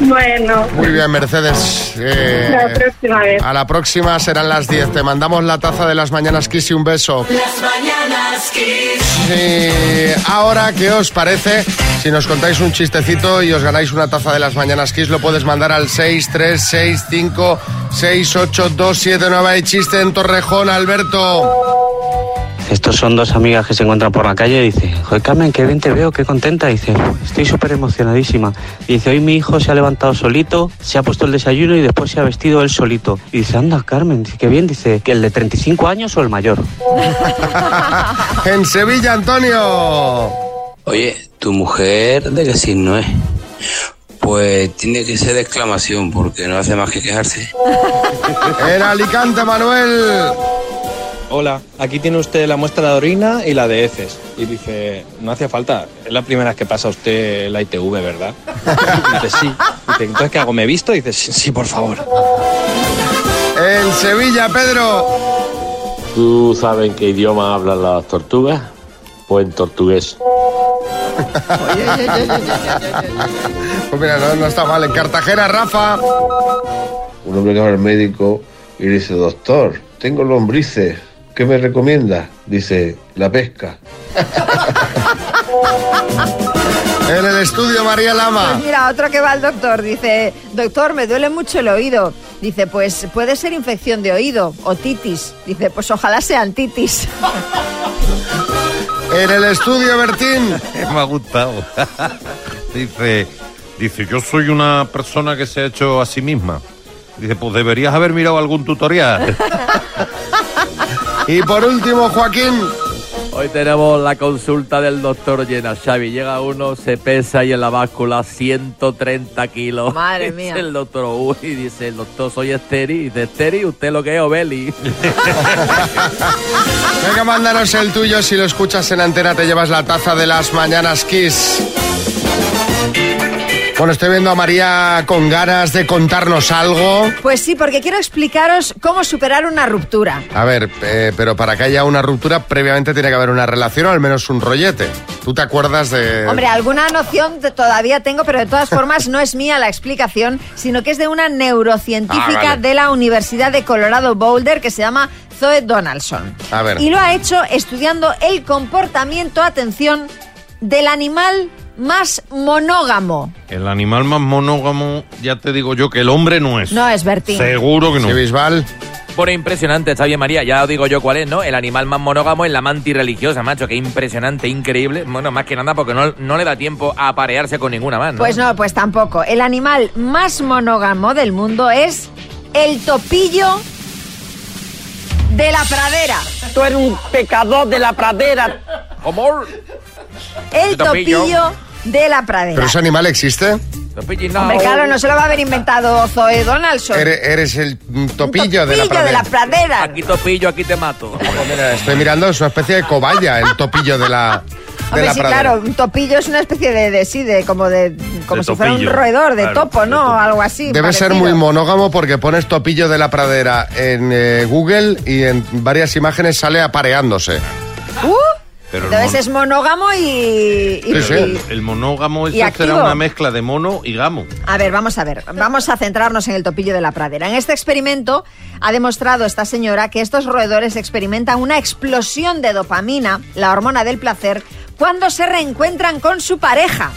Speaker 22: Bueno,
Speaker 3: Muy bien, Mercedes. Eh,
Speaker 22: la próxima vez.
Speaker 3: a la próxima serán las 10. Te mandamos la taza de las mañanas Kiss y un beso.
Speaker 1: Las mañanas Kiss.
Speaker 3: Eh, ahora, ¿qué os parece? Si nos contáis un chistecito y os ganáis una taza de las mañanas Kiss, lo puedes mandar al 636568279. Hay chiste en Torrejón, Alberto.
Speaker 24: Estos son dos amigas que se encuentran por la calle y dice, joder Carmen, qué bien te veo, qué contenta. Dice, "Pues estoy súper emocionadísima. Dice, hoy mi hijo se ha levantado solito, se ha puesto el desayuno y después se ha vestido él solito. Y dice, anda Carmen, qué bien. Dice, que el de 35 años o el mayor.
Speaker 3: En Sevilla, Antonio.
Speaker 25: Oye, ¿tu mujer de qué signo es? Pues tiene que ser de exclamación porque no hace más que quejarse.
Speaker 3: En Alicante, Manuel.
Speaker 26: Hola, aquí tiene usted la muestra de orina y la de heces. Y dice, no hace falta, es la primera vez que pasa usted la ITV, ¿verdad? Y dice, sí. Dice, entonces, ¿qué hago? ¿Me he visto? Y dice, sí, sí, por favor.
Speaker 3: En Sevilla, Pedro.
Speaker 27: ¿Tú sabes en qué idioma hablan las tortugas? Pues en tortugués.
Speaker 3: Pues mira, no, no está mal. En Cartagena, Rafa.
Speaker 28: Un hombre que va al médico y le dice, doctor, tengo lombrices, ¿qué me recomienda? Dice, la pesca.
Speaker 3: En el estudio, María Lama.
Speaker 5: Pues mira, otro que va al doctor dice, doctor, me duele mucho el oído. Dice, pues puede ser infección de oído o titis. Dice, pues ojalá sean titis.
Speaker 3: En el estudio, Bertín.
Speaker 6: Me ha gustado. dice, dice, yo soy una persona que se ha hecho a sí misma. Dice, pues deberías haber mirado algún tutorial.
Speaker 3: y por último, Joaquín.
Speaker 21: Hoy tenemos la consulta del doctor llena, Xavi. Llega uno, se pesa y en la báscula 130 kilos.
Speaker 5: Madre
Speaker 21: Dice
Speaker 5: mía.
Speaker 21: el doctor, uy, dice el doctor, soy esteri. Dice, esteri, usted lo que es Obeli.
Speaker 3: Venga, mándanos el tuyo. Si lo escuchas en antena, te llevas la taza de las mañanas Kiss. Bueno, estoy viendo a María con ganas de contarnos algo.
Speaker 5: Pues sí, porque quiero explicaros cómo superar una ruptura.
Speaker 3: A ver, eh, pero para que haya una ruptura, previamente tiene que haber una relación o al menos un rollete. ¿Tú te acuerdas de.?
Speaker 5: Hombre, alguna noción te- todavía tengo, pero de todas formas no es mía la explicación, sino que es de una neurocientífica
Speaker 3: Ah, vale.
Speaker 5: de la Universidad de Colorado Boulder que se llama Zoe Donaldson.
Speaker 3: A ver.
Speaker 5: Y lo ha hecho estudiando el comportamiento, atención, del animal más monógamo.
Speaker 6: El animal más monógamo, ya te digo yo que el hombre no es.
Speaker 5: No es Bertín.
Speaker 6: Seguro que no.
Speaker 3: Sí,
Speaker 21: Bueno, impresionante, está bien, María. Ya os digo yo cuál es, ¿no? El animal más monógamo es la mantis religiosa, macho. Que impresionante, increíble. Bueno, más que nada porque no, no le da tiempo a aparearse con ninguna más, ¿no?
Speaker 5: Pues no, pues tampoco. El animal más monógamo del mundo es el topillo de la pradera.
Speaker 2: Tú eres un pecador de la pradera.
Speaker 21: Amor.
Speaker 5: El
Speaker 3: El topillo.
Speaker 5: topillo de la pradera.
Speaker 3: ¿Pero ese animal existe?
Speaker 5: Hombre, claro, no se lo va a haber inventado Zoe Donaldson.
Speaker 3: Eres, eres el mm, topillo, de la
Speaker 5: Topillo de
Speaker 3: pradera.
Speaker 5: la pradera.
Speaker 21: Aquí topillo, aquí te mato.
Speaker 3: Estoy mirando, es una especie de cobaya el topillo de la, de
Speaker 5: Hombre,
Speaker 3: la
Speaker 5: sí,
Speaker 3: pradera.
Speaker 5: claro, un topillo es una especie de, de- sí, de como de como
Speaker 3: De
Speaker 5: si fuera un
Speaker 3: topillo,
Speaker 5: roedor, de
Speaker 3: claro,
Speaker 5: topo, ¿no? Algo así.
Speaker 3: Debe ser
Speaker 5: parecido.
Speaker 3: muy monógamo porque pones topillo de la pradera en eh, Google y en varias imágenes sale apareándose.
Speaker 5: Uh,
Speaker 6: Pero el,
Speaker 5: entonces es monógamo y, y-
Speaker 6: mon- el-
Speaker 5: y-
Speaker 6: el monógamo
Speaker 5: y
Speaker 6: ese será
Speaker 5: activo.
Speaker 6: una mezcla de mono y gamo.
Speaker 5: A ver, vamos a ver, vamos a centrarnos en el topillo de la pradera. En este experimento ha demostrado esta señora que estos roedores experimentan una explosión de dopamina, la hormona del placer, cuando se reencuentran con su pareja.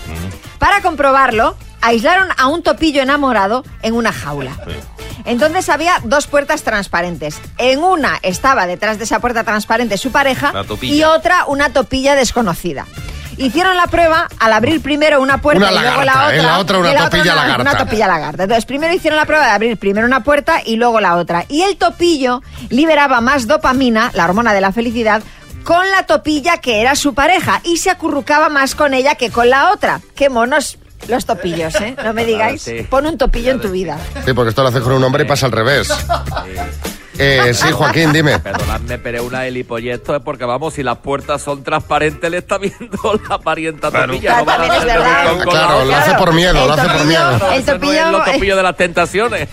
Speaker 5: Para comprobarlo, aislaron a un topillo enamorado en una jaula. Entonces había dos puertas transparentes. En una estaba detrás de esa puerta transparente su pareja
Speaker 1: La topilla.
Speaker 5: y otra una topilla desconocida. Hicieron la prueba al abrir primero una puerta
Speaker 1: Una
Speaker 5: y luego la
Speaker 1: lagarta,
Speaker 5: otra.
Speaker 1: ¿eh? La otra una
Speaker 5: y
Speaker 1: topilla
Speaker 5: una-
Speaker 1: lagarta.
Speaker 5: Una topilla lagarta. Entonces primero hicieron la prueba de abrir primero una puerta y luego la otra. Y el topillo liberaba más dopamina, la hormona de la felicidad, con la topilla que era su pareja y se acurrucaba más con ella que con la otra. Qué monos los topillos, ¿eh? No me digáis.
Speaker 3: sí.
Speaker 5: Pon un topillo en tu vida.
Speaker 3: Sí, porque esto lo haces con un hombre y pasa al revés. Eh, sí, Joaquín, dime.
Speaker 21: Perdonadme, pero una helipoyesto es porque, vamos, si las puertas son transparentes, le está viendo la parienta topilla. No va a
Speaker 5: También es
Speaker 21: hacer
Speaker 5: verdad.
Speaker 21: con- con la
Speaker 3: Claro, lo
Speaker 21: otra.
Speaker 3: hace por miedo, lo hace por miedo.
Speaker 5: El
Speaker 21: Ese no es
Speaker 5: topillo-
Speaker 21: lo topillo de las tentaciones.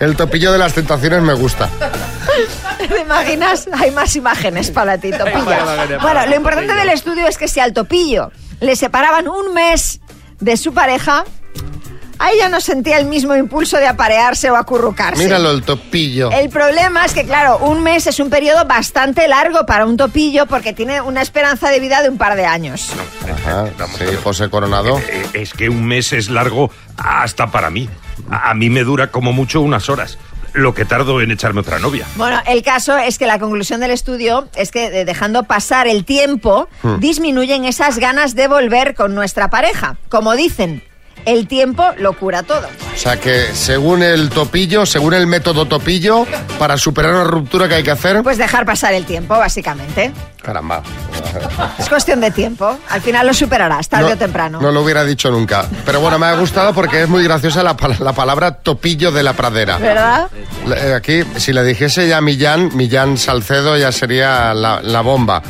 Speaker 3: El topillo de las tentaciones me gusta.
Speaker 5: ¿Te imaginas? Hay más imágenes para ti,
Speaker 1: Hay más
Speaker 5: Topilla.
Speaker 1: imágenes
Speaker 5: Bueno,
Speaker 1: para
Speaker 5: lo importante
Speaker 1: Topillo.
Speaker 5: del estudio es que si al Topillo le separaban un mes de su pareja, a ella no sentía el mismo impulso de aparearse o acurrucarse.
Speaker 3: Míralo, el topillo.
Speaker 5: El problema es que, claro, un mes es un periodo bastante largo para un topillo porque tiene una esperanza de vida de un par de años.
Speaker 3: Ajá, sí, José Coronado.
Speaker 4: Eh, Es que un mes es largo hasta para mí. A a mí me dura como mucho unas horas, lo que tardo en echarme otra novia.
Speaker 5: Bueno, el caso es que la conclusión del estudio es que de- dejando pasar el tiempo
Speaker 4: Hmm.
Speaker 5: disminuyen esas ganas de volver con nuestra pareja. Como dicen, el tiempo lo cura todo.
Speaker 3: O sea que según el topillo, según el método topillo, para superar una ruptura que hay que hacer.
Speaker 5: Pues dejar pasar el tiempo, básicamente.
Speaker 3: Caramba.
Speaker 5: Es cuestión de tiempo. Al final lo superarás, tarde
Speaker 3: No,
Speaker 5: o temprano.
Speaker 3: No lo hubiera dicho nunca. Pero bueno, me ha gustado porque es muy graciosa la, pal- la palabra topillo de la pradera.
Speaker 5: ¿Verdad?
Speaker 3: La- eh, Aquí, si le dijese ya Millán, Millán Salcedo ya sería la, la bomba.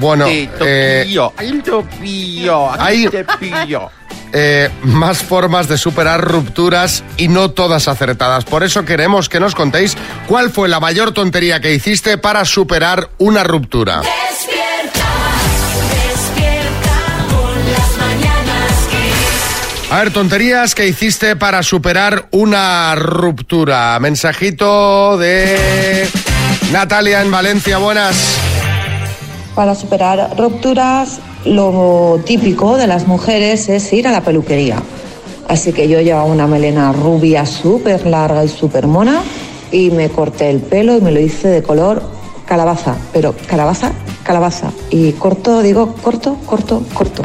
Speaker 3: Bueno, eh,
Speaker 6: topillo, el topillo,
Speaker 3: hay-
Speaker 6: el topillo.
Speaker 3: eh, más formas de superar rupturas y no todas acertadas. Por eso queremos que nos contéis cuál fue la mayor tontería que hiciste para superar una ruptura.
Speaker 1: Despierta, despierta con las mañanas Kiss.
Speaker 3: A ver, tonterías que hiciste para superar una ruptura. Mensajito de Natalia en Valencia, buenas.
Speaker 7: Para superar rupturas, lo típico de las mujeres es ir a la peluquería. Así que yo llevaba una melena rubia súper larga y súper mona y me corté el pelo y me lo hice de color calabaza, pero calabaza, calabaza. Y corto, digo, corto, corto, corto.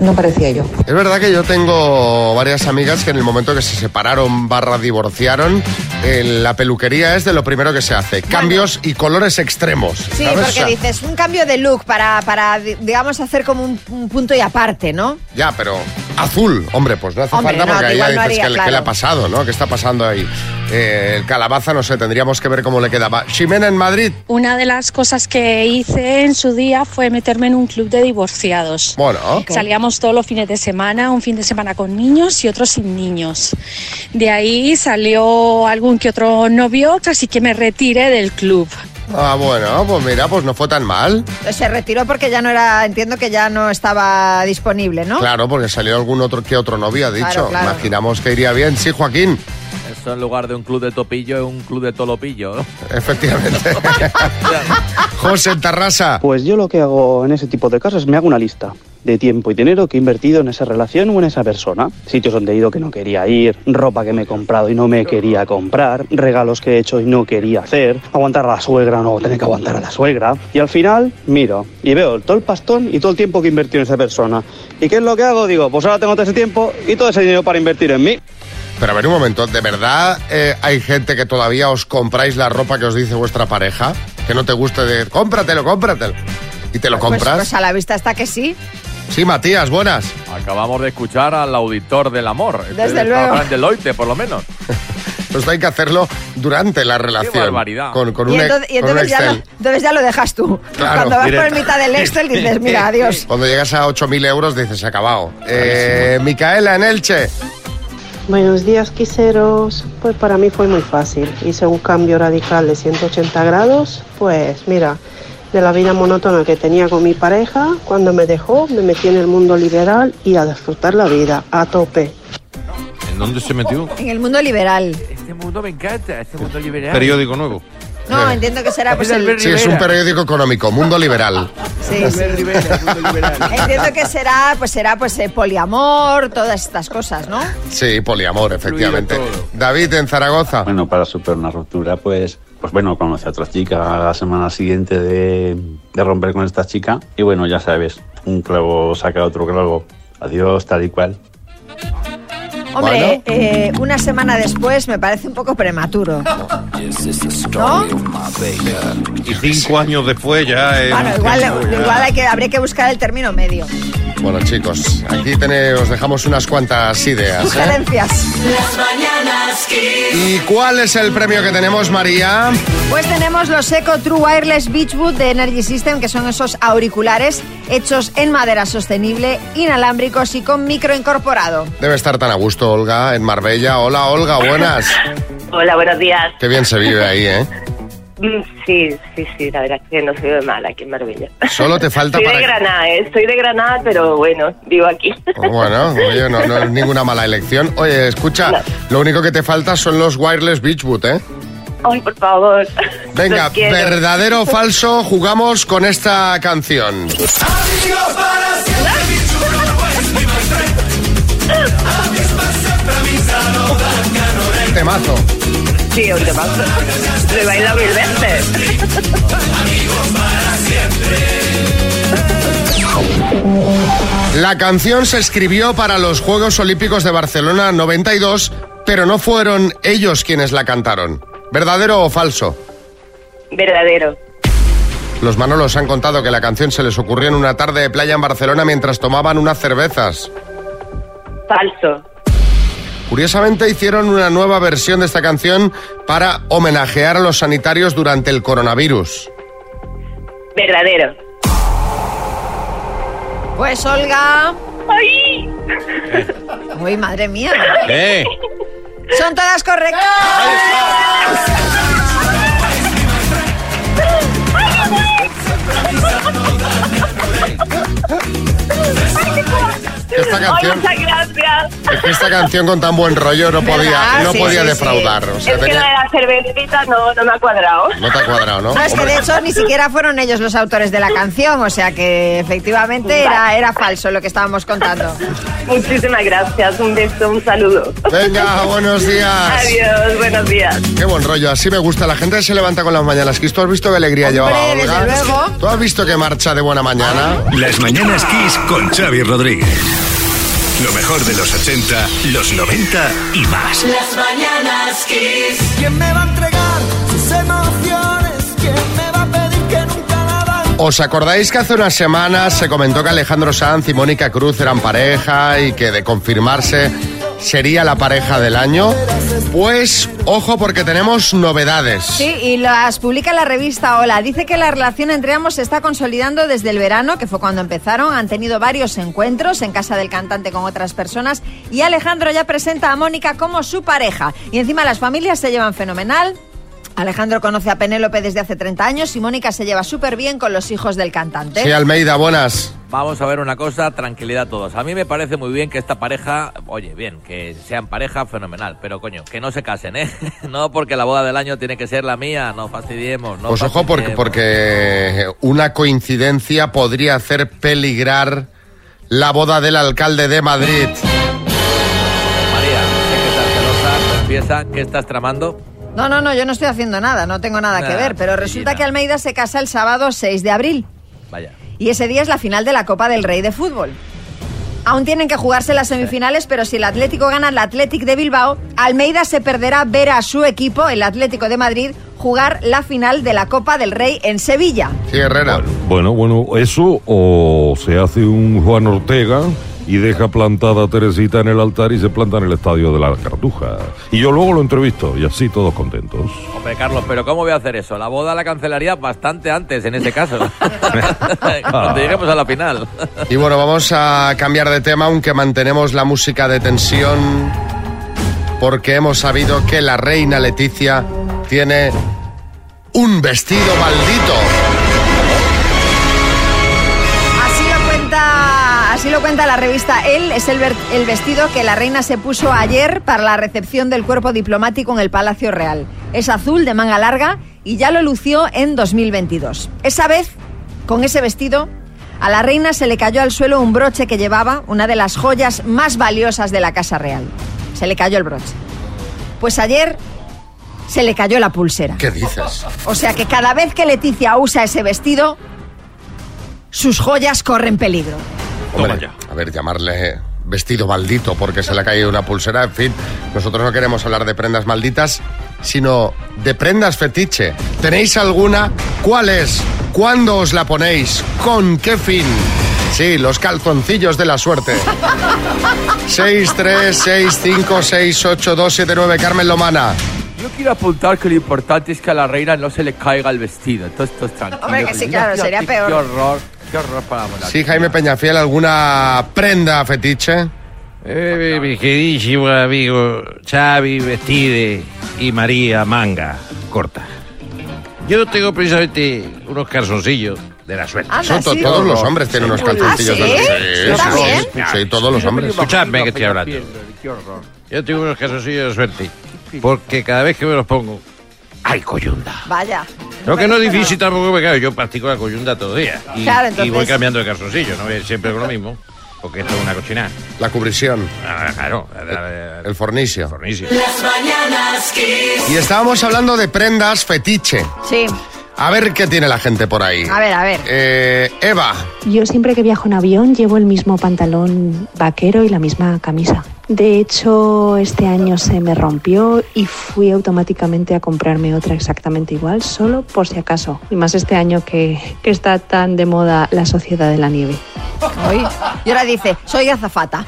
Speaker 29: no parecía yo.
Speaker 3: Es verdad que yo tengo varias amigas que en el momento que se separaron barra divorciaron, eh, la peluquería es de lo primero que se hace. Cambios y colores extremos.
Speaker 5: Sí,
Speaker 3: ¿sabes? O
Speaker 5: porque
Speaker 3: sea,
Speaker 5: dices un cambio de look para, para di- digamos, hacer como un, un punto y aparte, ¿no?
Speaker 3: Ya, pero azul, hombre, pues no hace
Speaker 5: Hombre,
Speaker 3: falta
Speaker 5: no,
Speaker 3: porque ahí ya
Speaker 5: igual
Speaker 3: dices
Speaker 5: no haría,
Speaker 3: que, le- que le ha
Speaker 5: claro.
Speaker 3: pasado, ¿no? ¿Qué está pasando ahí? Eh, el calabaza, no sé, tendríamos que ver cómo le quedaba. Ximena en Madrid.
Speaker 14: Una de las cosas que hice en su día fue meterme en un club de divorciados.
Speaker 3: Bueno.
Speaker 14: Salíamos todos los fines de semana, un fin de semana con niños y otro sin niños. De ahí salió algún que otro novio, así que me retiré del club.
Speaker 3: Ah, bueno, pues mira, pues no fue tan mal.
Speaker 5: Se retiró porque ya no era, entiendo que ya no estaba disponible, ¿no?
Speaker 3: Claro, porque salió algún otro que otro novio, ha dicho.
Speaker 5: Claro, claro.
Speaker 3: Imaginamos que iría bien. Sí, Joaquín,
Speaker 21: Eso en lugar de un club de topillo es un club de tolopillo. ¿no?
Speaker 3: efectivamente. José Tarrasa.
Speaker 30: Pues yo lo que hago en ese tipo de casos es me hago una lista de tiempo y dinero que he invertido en esa relación o en esa persona. Sitios donde he ido que no quería ir, ropa que me he comprado y no me quería comprar, regalos que he hecho y no quería hacer, aguantar a la suegra o no tener que aguantar a la suegra. Y al final miro y veo todo el pastón y todo el tiempo que he invertido en esa persona. ¿Y qué es lo que hago? Digo, pues ahora tengo todo ese tiempo y todo ese dinero para invertir en mí.
Speaker 3: Pero a ver un momento, ¿de verdad eh, hay gente que todavía os compráis la ropa que os dice vuestra pareja? Que no te guste de... Cómpratelo, cómpratelo. ¿Y te lo
Speaker 5: Pues-
Speaker 3: compras?
Speaker 5: Pues, a la vista está que sí.
Speaker 3: Sí, Matías, buenas.
Speaker 21: Acabamos de escuchar al auditor del amor. Este
Speaker 5: Desde
Speaker 21: estaba
Speaker 5: luego.
Speaker 21: en Deloitte, por lo menos.
Speaker 3: Pues hay que hacerlo durante la relación.
Speaker 21: barbaridad.
Speaker 3: Con, con
Speaker 5: y
Speaker 3: un, e-
Speaker 5: entonces, y
Speaker 3: con un
Speaker 5: entonces ya lo,
Speaker 3: Excel.
Speaker 5: entonces ya lo dejas tú.
Speaker 3: Claro,
Speaker 5: Cuando vas por el
Speaker 3: directo.
Speaker 5: mitad del Excel dices, mira, adiós.
Speaker 3: Cuando llegas a 8.000 euros dices, se ha acabado. Eh, Micaela, en Elche.
Speaker 31: Buenos días, quiseros. Pues para mí fue muy fácil. Hice un cambio radical de 180 grados. Pues mira, de la vida monótona que tenía con mi pareja, cuando me dejó, me metí en el mundo liberal y a disfrutar la vida a tope.
Speaker 32: ¿En dónde se metió?
Speaker 5: En el mundo liberal.
Speaker 21: Este mundo me encanta, este mundo liberal.
Speaker 32: Periódico nuevo.
Speaker 5: No, entiendo que será pues el...
Speaker 3: Eh. Sí, es un periódico económico, Mundo Liberal.
Speaker 5: Sí, sí. Entiendo que será, pues será pues eh, poliamor, todas estas cosas, ¿no?
Speaker 3: Sí, poliamor, efectivamente. David, eh, en Zaragoza.
Speaker 6: Bueno, para superar una ruptura, pues, pues bueno, conocí a otra chica a la semana siguiente de, de romper con esta chica. Y bueno, ya sabes, un clavo saca otro clavo. Adiós, tal y cual.
Speaker 5: Hombre, eh, una semana después me parece un poco prematuro. ¿No?
Speaker 32: Y cinco años después ya. eh,
Speaker 5: Bueno, igual, igual hay que, habría que buscar el término medio.
Speaker 3: Bueno, chicos, aquí tenéis- os dejamos unas cuantas ideas. ¿eh?
Speaker 5: Sugerencias.
Speaker 1: Las mañanas Kiss.
Speaker 3: ¿Y cuál es el premio que tenemos, María?
Speaker 5: Pues tenemos los Eco True Wireless Beachwood de Energy System, que son esos auriculares hechos en madera sostenible, inalámbricos y con micro incorporado.
Speaker 3: Debe estar tan a gusto, Olga, en Marbella. Hola, Olga, buenas.
Speaker 10: Hola, buenos días.
Speaker 3: Qué bien se vive ahí, ¿eh?
Speaker 10: Mm, Sí, sí, sí, la verdad es que no se ve mal aquí en Marbella.
Speaker 3: Solo te falta
Speaker 10: Soy
Speaker 3: para...
Speaker 10: de Granada, ¿eh? soy de Granada, pero bueno, vivo aquí.
Speaker 3: Oh, Bueno, oye, no, no es ninguna mala elección. Oye, escucha, lo único que te falta son los wireless Beachwood, ¿eh?
Speaker 10: Ay, por favor.
Speaker 3: Venga,
Speaker 10: Los quiero.
Speaker 3: verdadero o falso, jugamos con esta canción.
Speaker 1: Amigos para siempre, mi chulo, pues mi más trae. Amigos para siempre, mi sano, blanca,
Speaker 3: Temazo.
Speaker 10: Sí, un temazo. Lo he bailado mil veces.
Speaker 3: La canción se escribió para los Juegos Olímpicos de Barcelona 92, pero no fueron ellos quienes la cantaron. ¿Verdadero o falso?
Speaker 10: Verdadero.
Speaker 3: Los Manolos han contado que la canción se les ocurrió en una tarde de playa en Barcelona mientras tomaban unas cervezas.
Speaker 10: Falso.
Speaker 3: Curiosamente hicieron una nueva versión de esta canción para homenajear a los sanitarios durante el coronavirus.
Speaker 10: Verdadero.
Speaker 5: Pues Olga. ¡Ay! Uy, madre mía.
Speaker 32: Eh,
Speaker 5: Son todas correctas.
Speaker 3: Esta canción.
Speaker 13: Muchas gracias.
Speaker 3: Es que esta canción con tan buen rollo no
Speaker 13: ¿Verdad?
Speaker 3: podía, no
Speaker 13: Sí,
Speaker 3: podía
Speaker 13: sí, sí.
Speaker 3: defraudar. O sea,
Speaker 13: es que
Speaker 3: tenía-
Speaker 13: lo de la cervecita no, no me ha cuadrado.
Speaker 3: No te ha cuadrado, ¿no?
Speaker 5: No, es que
Speaker 3: Hombre.
Speaker 5: de hecho ni siquiera fueron ellos los autores de la canción, o sea que efectivamente era, era falso lo que estábamos contando.
Speaker 13: Muchísimas gracias. Un beso, un saludo.
Speaker 3: Venga, buenos días.
Speaker 13: Adiós, buenos días.
Speaker 3: Qué buen rollo, así me gusta. La gente se levanta con las mañanas. Kiss, ¿tú has visto qué alegría llevaba
Speaker 13: desde
Speaker 3: Olga?
Speaker 13: luego.
Speaker 3: ¿Tú has visto qué marcha de buena mañana?
Speaker 11: Las mañanas Kiss con Xavi Rodríguez. Lo mejor de los 80, los 90 y más.
Speaker 1: Las mañanas Kiss. ¿Quién me va a entregar sus emociones? ¿Quién me va a pedir que nunca
Speaker 3: ¿Os acordáis que hace unas semanas se comentó que Alejandro Sanz y Mónica Cruz eran pareja y que de confirmarse sería la pareja del año? Pues ojo porque tenemos novedades.
Speaker 5: Sí, y las publica la revista Hola. Dice que la relación entre ambos se está consolidando desde el verano, que fue cuando empezaron. Han tenido varios encuentros en casa del cantante con otras personas y Alejandro ya presenta a Mónica como su pareja. Y encima las familias se llevan fenomenal. Alejandro conoce a Penélope desde hace 30 años y Mónica se lleva súper bien con los hijos del cantante.
Speaker 3: Sí, Almeida, buenas.
Speaker 21: Vamos a ver una cosa, tranquilidad a todos. A mí me parece muy bien que esta pareja, oye, bien, que sean pareja, fenomenal, pero coño, que no se casen, ¿eh? No porque la boda del año tiene que ser la mía, no fastidiemos, no
Speaker 3: Pues ojo porque,
Speaker 21: fastidiemos.
Speaker 3: porque una coincidencia podría hacer peligrar la boda del alcalde de Madrid.
Speaker 21: María, sé que estás celosa, confiesa que estás tramando.
Speaker 5: No, no, no, yo no estoy haciendo nada, no tengo nada que
Speaker 21: Nah,
Speaker 5: ver, pero resulta que Almeida se casa el sábado 6 de abril.
Speaker 21: Vaya.
Speaker 5: Y ese día es la final de la Copa del Rey de Fútbol. Aún tienen que jugarse las semifinales, pero si el Atlético gana el Atlético de Bilbao, Almeida se perderá ver a su equipo, el Atlético de Madrid, jugar la final de la Copa del Rey en Sevilla.
Speaker 3: Sí, Herrera.
Speaker 4: Bueno, bueno, eso o se hace un Juan Ortega y deja plantada a Teresita en el altar y se planta en el estadio de la Cartuja. Y yo luego lo entrevisto y así todos contentos.
Speaker 21: Hombre, Carlos, pero ¿cómo voy a hacer eso? La boda la cancelaría bastante antes, en ese caso. Cuando lleguemos a la final.
Speaker 3: Y bueno, vamos a cambiar de tema, aunque mantenemos la música de tensión, porque hemos sabido que la reina Leticia tiene un vestido maldito.
Speaker 5: Así lo cuenta, así lo cuenta la revista Él. Es el, ver- el vestido que la reina se puso ayer para la recepción del cuerpo diplomático en el Palacio Real. Es azul de manga larga y ya lo lució en 2022. Esa vez, con ese vestido, a la reina se le cayó al suelo un broche que llevaba, una de las joyas más valiosas de la Casa Real. Se le cayó el broche. Pues ayer se le cayó la pulsera.
Speaker 3: ¿Qué dices?
Speaker 5: O sea que cada vez que Leticia usa ese vestido, sus joyas corren peligro.
Speaker 3: Hombre, A ver, llamarle vestido maldito porque se le ha caído una pulsera. En fin, nosotros no queremos hablar de prendas malditas, sino de prendas fetiche. ¿Tenéis alguna? ¿Cuál es? ¿Cuándo os la ponéis? ¿Con qué fin? Sí, los calzoncillos de la suerte. 636568279 Carmen Lomana.
Speaker 21: Yo quiero apuntar que lo importante es que a la reina no se le caiga el vestido. Todo esto es tranquilo.
Speaker 5: Hombre, que sí, claro,
Speaker 21: Qué-
Speaker 5: sería
Speaker 21: qué-
Speaker 5: peor.
Speaker 21: Qué horror, qué horror para la monarquía.
Speaker 3: Sí, Jaime Peñafiel, ¿alguna prenda fetiche?
Speaker 6: Eh, mi queridísimo amigo Xavi Vestide y María Manga Corta. Yo tengo precisamente unos calzoncillos de la suerte.
Speaker 3: Anda, Son to- sí. todos los hombres tienen unos calzoncillos de la ¿Ah, suerte. sí? Sí, ¿Tú sí, también? sí, sí, todos los hombres.
Speaker 6: Escuchadme que estoy hablando. Yo tengo unos calzoncillos de suerte porque cada vez que me los pongo, hay coyunda.
Speaker 5: Vaya.
Speaker 6: Lo que no es difícil tampoco, porque claro, yo practico la coyunda todo el día. Y,
Speaker 5: Claro, entonces-
Speaker 6: y voy cambiando de calzoncillo, no voy a ir siempre con lo mismo, porque esto es una cochinada.
Speaker 3: La cubrición.
Speaker 6: claro.
Speaker 3: El fornicio.
Speaker 1: Las mañanas Kiss.
Speaker 3: Y estábamos hablando de prendas fetiche.
Speaker 5: Sí.
Speaker 3: A ver qué tiene la gente por ahí.
Speaker 5: A ver, a ver.
Speaker 3: Eh, Eva,
Speaker 14: Yo siempre que viajo en avión llevo el mismo pantalón vaquero y la misma camisa. De hecho, este año se me rompió y fui automáticamente a comprarme otra exactamente igual, solo por si acaso. Y más este año que, que está tan de moda la sociedad de la nieve.
Speaker 5: Ay, Y ahora dice, soy azafata.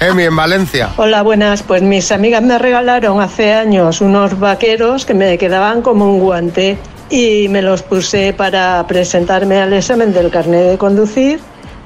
Speaker 3: Emi en Valencia.
Speaker 15: Hola, buenas. Pues mis amigas me regalaron hace años unos vaqueros que me quedaban como un guante y me los puse para presentarme al examen del carnet de conducir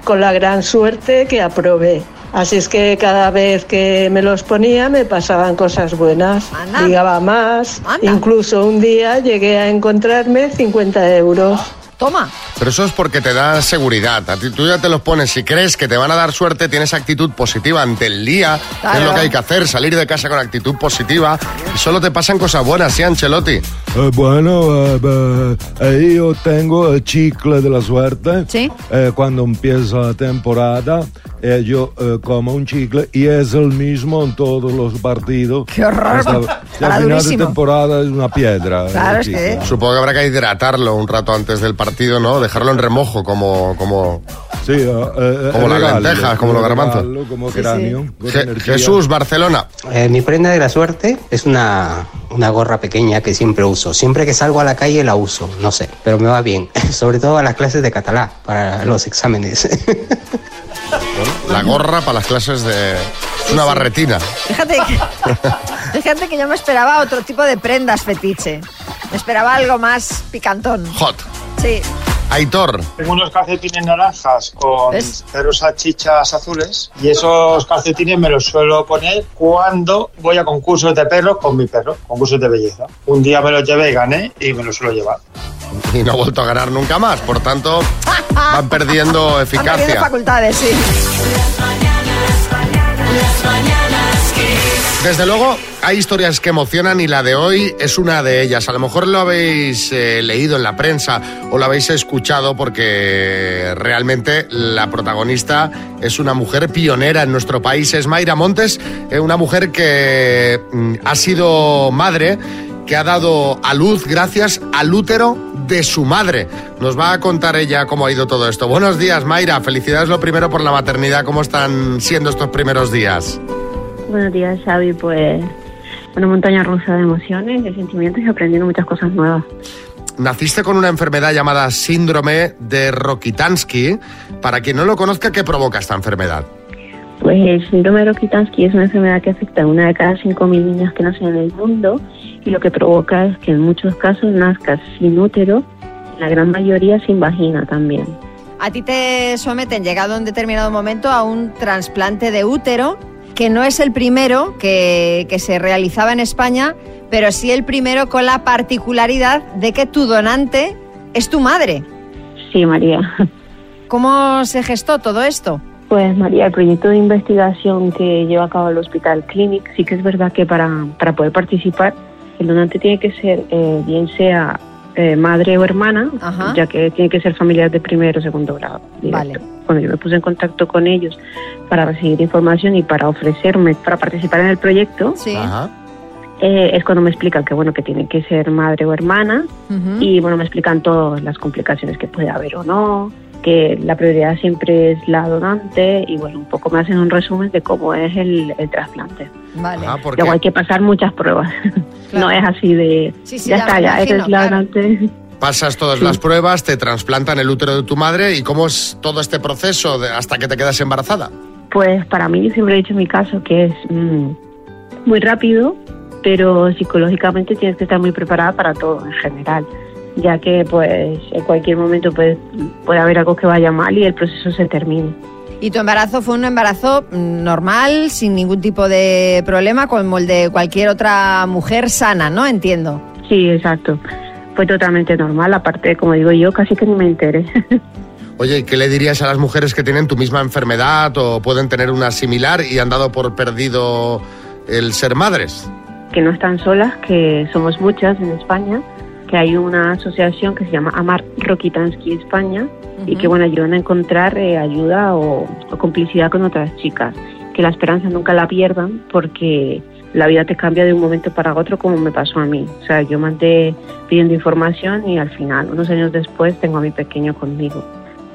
Speaker 15: con la gran suerte que aprobé. Así es que cada vez que me los ponía me pasaban cosas buenas, ligaba más, incluso un día llegué a encontrarme 50 euros.
Speaker 5: Toma.
Speaker 3: Pero eso es porque te da seguridad. A ti tú ya te los pones. Si crees que te van a dar suerte, tienes actitud positiva ante el día. que es
Speaker 5: Claro.
Speaker 3: lo que hay que hacer, salir de casa con actitud positiva. Y solo te pasan cosas buenas, ¿sí, Ancelotti?
Speaker 33: Eh, bueno, eh, eh, ahí yo tengo el chicle de la suerte. Eh, cuando empieza la temporada, eh, yo eh, como un chicle y es el mismo en todos los partidos. ¡Qué
Speaker 5: horror! Estará
Speaker 33: final
Speaker 5: durísimo.
Speaker 33: de temporada es una piedra. el
Speaker 5: Claro, es que-
Speaker 33: chicle.
Speaker 3: Supongo que habrá que hidratarlo un rato antes del partido, ¿no? Dejarlo en remojo, como. como...
Speaker 33: Sí, eh,
Speaker 3: como las
Speaker 33: regalo,
Speaker 3: lentejas, como
Speaker 33: el
Speaker 3: los garbanzos.
Speaker 33: regalo, como Sí, cráneo, sí. con
Speaker 3: Je-
Speaker 33: energía.
Speaker 3: Jesús, Barcelona.
Speaker 19: Eh, mi prenda de la suerte es una, una gorra pequeña que siempre uso. Siempre que salgo a la calle la uso, no sé, pero me va bien. Sobre todo a las clases de catalán, para los exámenes.
Speaker 3: La gorra para las clases de. Es una barretina.
Speaker 5: Fíjate que, fíjate que yo me esperaba otro tipo de prendas fetiche. Me esperaba algo más picantón.
Speaker 3: Hot.
Speaker 5: Sí.
Speaker 3: Aitor.
Speaker 9: Tengo unos calcetines naranjas con
Speaker 5: ¿Ves?
Speaker 9: cero salchichas azules y esos calcetines me los suelo poner cuando voy a concursos de perros con mi perro, concursos de belleza. Un día me los llevé y gané y me los suelo llevar.
Speaker 3: Y no ha vuelto a ganar nunca más. Por tanto, van
Speaker 5: Han
Speaker 3: perdiendo
Speaker 5: perdido
Speaker 3: eficacia.
Speaker 5: facultades, sí.
Speaker 3: Desde luego, hay historias que emocionan y la de hoy es una de ellas. A lo mejor lo habéis eh, leído en la prensa o lo habéis escuchado porque realmente la protagonista es una mujer pionera en nuestro país. Es Mayra Montes, eh, una mujer que mm, ha sido madre, que ha dado a luz gracias al útero de su madre. Nos va a contar ella cómo ha ido todo esto. Buenos días, Mayra. Felicidades lo primero por la maternidad. ¿Cómo están siendo estos primeros días?
Speaker 14: Buenos días, Xavi. Pues una montaña rusa de emociones, de sentimientos y aprendiendo muchas cosas nuevas.
Speaker 3: Naciste con una enfermedad llamada síndrome de Rokitansky. Para quien no lo conozca, ¿qué provoca esta enfermedad?
Speaker 14: Pues el síndrome de Rokitansky es una enfermedad que afecta a una de cada 5.000 niños que nacen en el mundo y lo que provoca es que en muchos casos nazcas sin útero, la gran mayoría sin vagina también.
Speaker 5: A ti te someten, llegado un determinado momento, a un trasplante de útero, que no es el primero que, que se realizaba en España, pero sí el primero con la particularidad de que tu donante es tu madre.
Speaker 14: Sí, María.
Speaker 5: ¿Cómo se gestó todo esto?
Speaker 14: Pues María, el proyecto de investigación que lleva a cabo el Hospital Clinic, sí que es verdad que para, para poder participar, el donante tiene que ser, eh, bien sea eh, madre o hermana,
Speaker 5: Ajá.
Speaker 14: ya que tiene que ser familiar de primero o segundo grado.
Speaker 5: Vale.
Speaker 14: Cuando yo me puse en contacto con ellos para recibir información y para ofrecerme para participar en el proyecto, eh, es cuando me explican que bueno que tiene que ser madre o hermana y bueno, me explican todas las complicaciones que puede haber o no, que la prioridad siempre es la donante y bueno, un poco me hacen un resumen de cómo es el, el trasplante.
Speaker 5: Vale.
Speaker 3: Ah, porque
Speaker 14: Luego hay que pasar muchas pruebas. no es así de
Speaker 5: Sí, sí,
Speaker 14: ya,
Speaker 5: ya
Speaker 14: está,
Speaker 5: me
Speaker 14: ya
Speaker 5: imagino,
Speaker 14: eres la
Speaker 5: claro.
Speaker 14: donante.
Speaker 3: pasas todas las pruebas, te trasplantan el útero de tu madre y cómo es todo este proceso de- hasta que te quedas embarazada.
Speaker 14: Pues para mí, yo siempre he dicho en mi caso que es mm, muy rápido, pero psicológicamente tienes que estar muy preparada para todo en general, ya que pues en cualquier momento puede, puede haber algo que vaya mal y el proceso se termine.
Speaker 5: ¿Y tu embarazo fue un embarazo mm, normal, sin ningún tipo de problema, como el de cualquier otra mujer sana, ¿no? Entiendo.
Speaker 14: Sí, exacto. Fue totalmente normal, aparte, como digo yo, casi que ni me enteré.
Speaker 3: Oye, ¿y ¿qué le dirías a las mujeres que tienen tu misma enfermedad o pueden tener una similar y han dado por perdido el ser madres?
Speaker 14: que no están solas, que somos muchas en España, que hay una asociación que se llama Amar Rokitansky España y que, bueno, ayudan a encontrar eh, ayuda o, o complicidad con otras chicas. Que la esperanza nunca la pierdan porque la vida te cambia de un momento para otro como me pasó a mí. O sea, yo me andé pidiendo información y al final, unos años después, tengo a mi pequeño conmigo.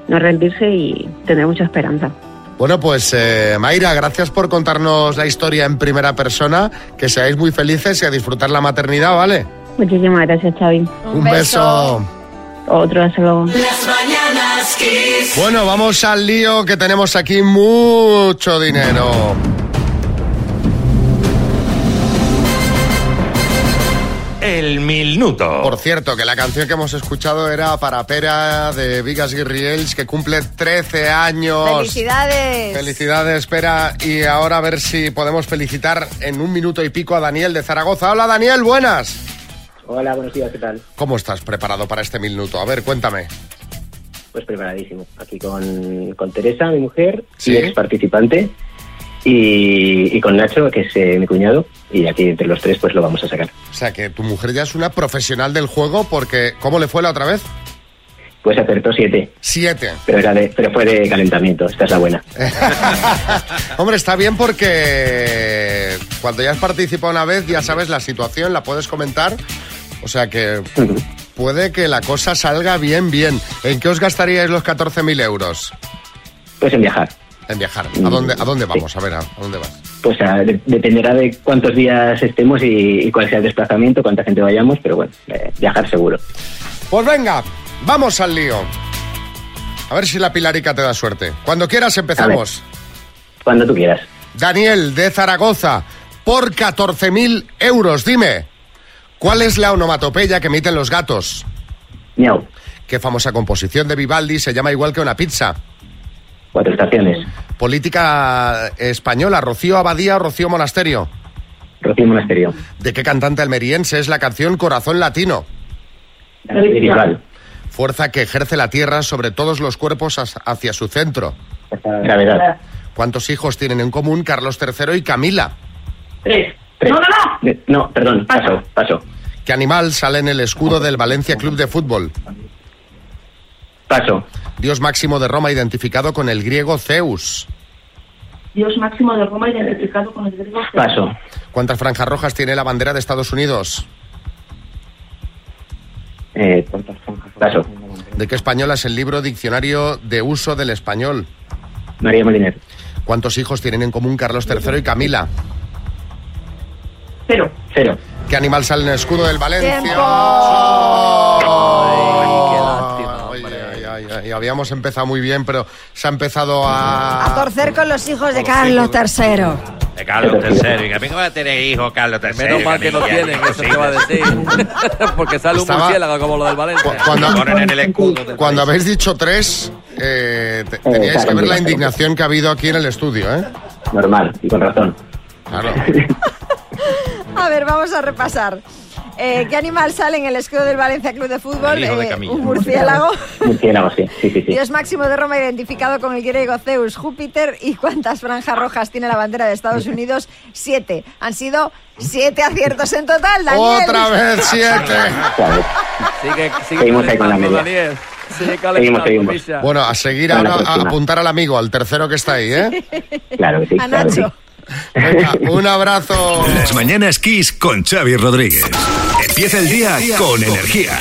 Speaker 14: No rendirse y tener mucha esperanza.
Speaker 3: Bueno, pues eh, Mayra, gracias por contarnos la historia en primera persona. Que seáis muy felices y a disfrutar la maternidad, ¿vale?
Speaker 14: Muchísimas gracias, Xavi.
Speaker 3: Un, beso.
Speaker 14: Otro, hasta luego.
Speaker 3: Bueno, vamos al lío que tenemos aquí mucho dinero.
Speaker 34: El minuto.
Speaker 3: Por cierto, que la canción que hemos escuchado era para Pera de Vigas Guirriels, que cumple 13 años.
Speaker 5: ¡Felicidades!
Speaker 3: Felicidades, Pera. Y ahora a ver si podemos felicitar en un minuto y pico a Daniel de Zaragoza. Hola, Daniel, buenas.
Speaker 35: Hola, buenos días, ¿qué tal?
Speaker 3: ¿Cómo estás preparado para este minuto? A ver, cuéntame.
Speaker 19: Pues preparadísimo. Aquí con, con Teresa, mi mujer, y ex participante, y, y con Nacho, que es eh, mi cuñado, y aquí entre los tres pues lo vamos a sacar.
Speaker 3: O sea, que tu mujer ya es una profesional del juego porque... ¿Cómo le fue la otra vez?
Speaker 19: Pues acertó siete.
Speaker 3: Siete.
Speaker 19: Pero, era de, pero fue de calentamiento, esta es la buena.
Speaker 3: Hombre, está bien porque cuando ya has participado una vez ya sabes la situación, la puedes comentar. O sea que puede que la cosa salga bien, bien. ¿En qué os gastaríais los 14.000 euros?
Speaker 19: Pues en viajar.
Speaker 3: En viajar. ¿A dónde, a dónde vamos? A ver, ¿a a dónde vas?
Speaker 19: Pues ah, de- dependerá de cuántos días estemos y, y cuál sea el desplazamiento, cuánta gente vayamos, pero bueno, eh, viajar seguro.
Speaker 3: Pues venga, vamos al lío. A ver si la pilarica te da suerte. Cuando quieras empezamos.
Speaker 19: Cuando tú quieras.
Speaker 3: Daniel de Zaragoza, por 14.000 euros, dime, ¿cuál es la onomatopeya que emiten los gatos?
Speaker 19: Miau.
Speaker 3: ¿Qué famosa composición de Vivaldi se llama igual que una pizza?
Speaker 19: Cuatro estaciones.
Speaker 3: Política española, Rocío Abadía o Rocío Monasterio.
Speaker 19: Rocío Monasterio.
Speaker 3: ¿De qué cantante almeriense es la canción Corazón Latino?
Speaker 19: David Bisbal.
Speaker 3: Fuerza que ejerce la Tierra sobre todos los cuerpos as- hacia su centro.
Speaker 19: Gravedad.
Speaker 3: ¿Cuántos hijos tienen en común Carlos III y Camila?
Speaker 19: Tres. No, no, no. No, perdón, paso, paso.
Speaker 3: ¿Qué animal sale en el escudo del Valencia Club de Fútbol?
Speaker 19: Paso.
Speaker 3: Dios máximo de Roma identificado con el griego Zeus.
Speaker 20: Dios máximo de Roma identificado con el griego.
Speaker 3: Paso. ¿Cuántas franjas rojas tiene la bandera de Estados Unidos?
Speaker 19: Eh, paso.
Speaker 3: ¿De qué española es el libro Diccionario de Uso del Español?
Speaker 19: María Moliner.
Speaker 3: ¿Cuántos hijos tienen en común Carlos III y Camila?
Speaker 19: Cero. Cero.
Speaker 3: ¿Qué animal sale en el escudo del Valencia? Ay, ay, ay, habíamos empezado muy bien, pero se ha empezado
Speaker 5: A
Speaker 3: a...
Speaker 5: torcer con los hijos de Carlos III.
Speaker 6: De Carlos III. ¿Y que va a tener hijo Carlos III?
Speaker 21: Menos mal que no
Speaker 6: niña,
Speaker 21: tienen, eso te
Speaker 6: cositas.
Speaker 21: va a decir. Porque sale un
Speaker 3: Estaba-
Speaker 21: murciélago como lo del Valencia.
Speaker 3: Cuando,
Speaker 21: Ponen en el escudo del
Speaker 3: cuando
Speaker 21: país.
Speaker 3: habéis dicho tres, eh, te- teníais
Speaker 19: claro,
Speaker 3: que ver
Speaker 19: mira,
Speaker 3: la indignación que ha habido aquí en el estudio, ¿eh?
Speaker 19: Normal, y con razón.
Speaker 3: Claro.
Speaker 5: A ver, vamos a repasar. Eh, ¿Qué animal sale en el escudo del Valencia Club de Fútbol?
Speaker 19: El hijo de
Speaker 5: Eh,
Speaker 19: Camilla.
Speaker 5: un murciélago.
Speaker 19: Murciélago, sí, sí, sí. sí.
Speaker 5: Dios máximo de Roma identificado con el griego Zeus, Júpiter y cuántas franjas rojas tiene la bandera de Estados Unidos? Siete. Han sido siete aciertos en total, Daniel.
Speaker 3: Otra vez siete.
Speaker 21: Sigue, sigue
Speaker 19: Seguimos ahí con la
Speaker 21: calentando,
Speaker 19: media.
Speaker 21: Daniel. Sigue calentando, Misha.
Speaker 3: Bueno, a seguir
Speaker 19: Para
Speaker 3: ahora,
Speaker 19: la
Speaker 3: a
Speaker 19: próxima.
Speaker 3: apuntar al amigo, al tercero que está ahí, ¿eh?
Speaker 19: Claro que sí.
Speaker 5: A
Speaker 19: claro que sí.
Speaker 5: Nacho.
Speaker 3: Venga, un abrazo.
Speaker 11: Las mañanas Kiss con Xavi Rodríguez. Empieza el día con energía.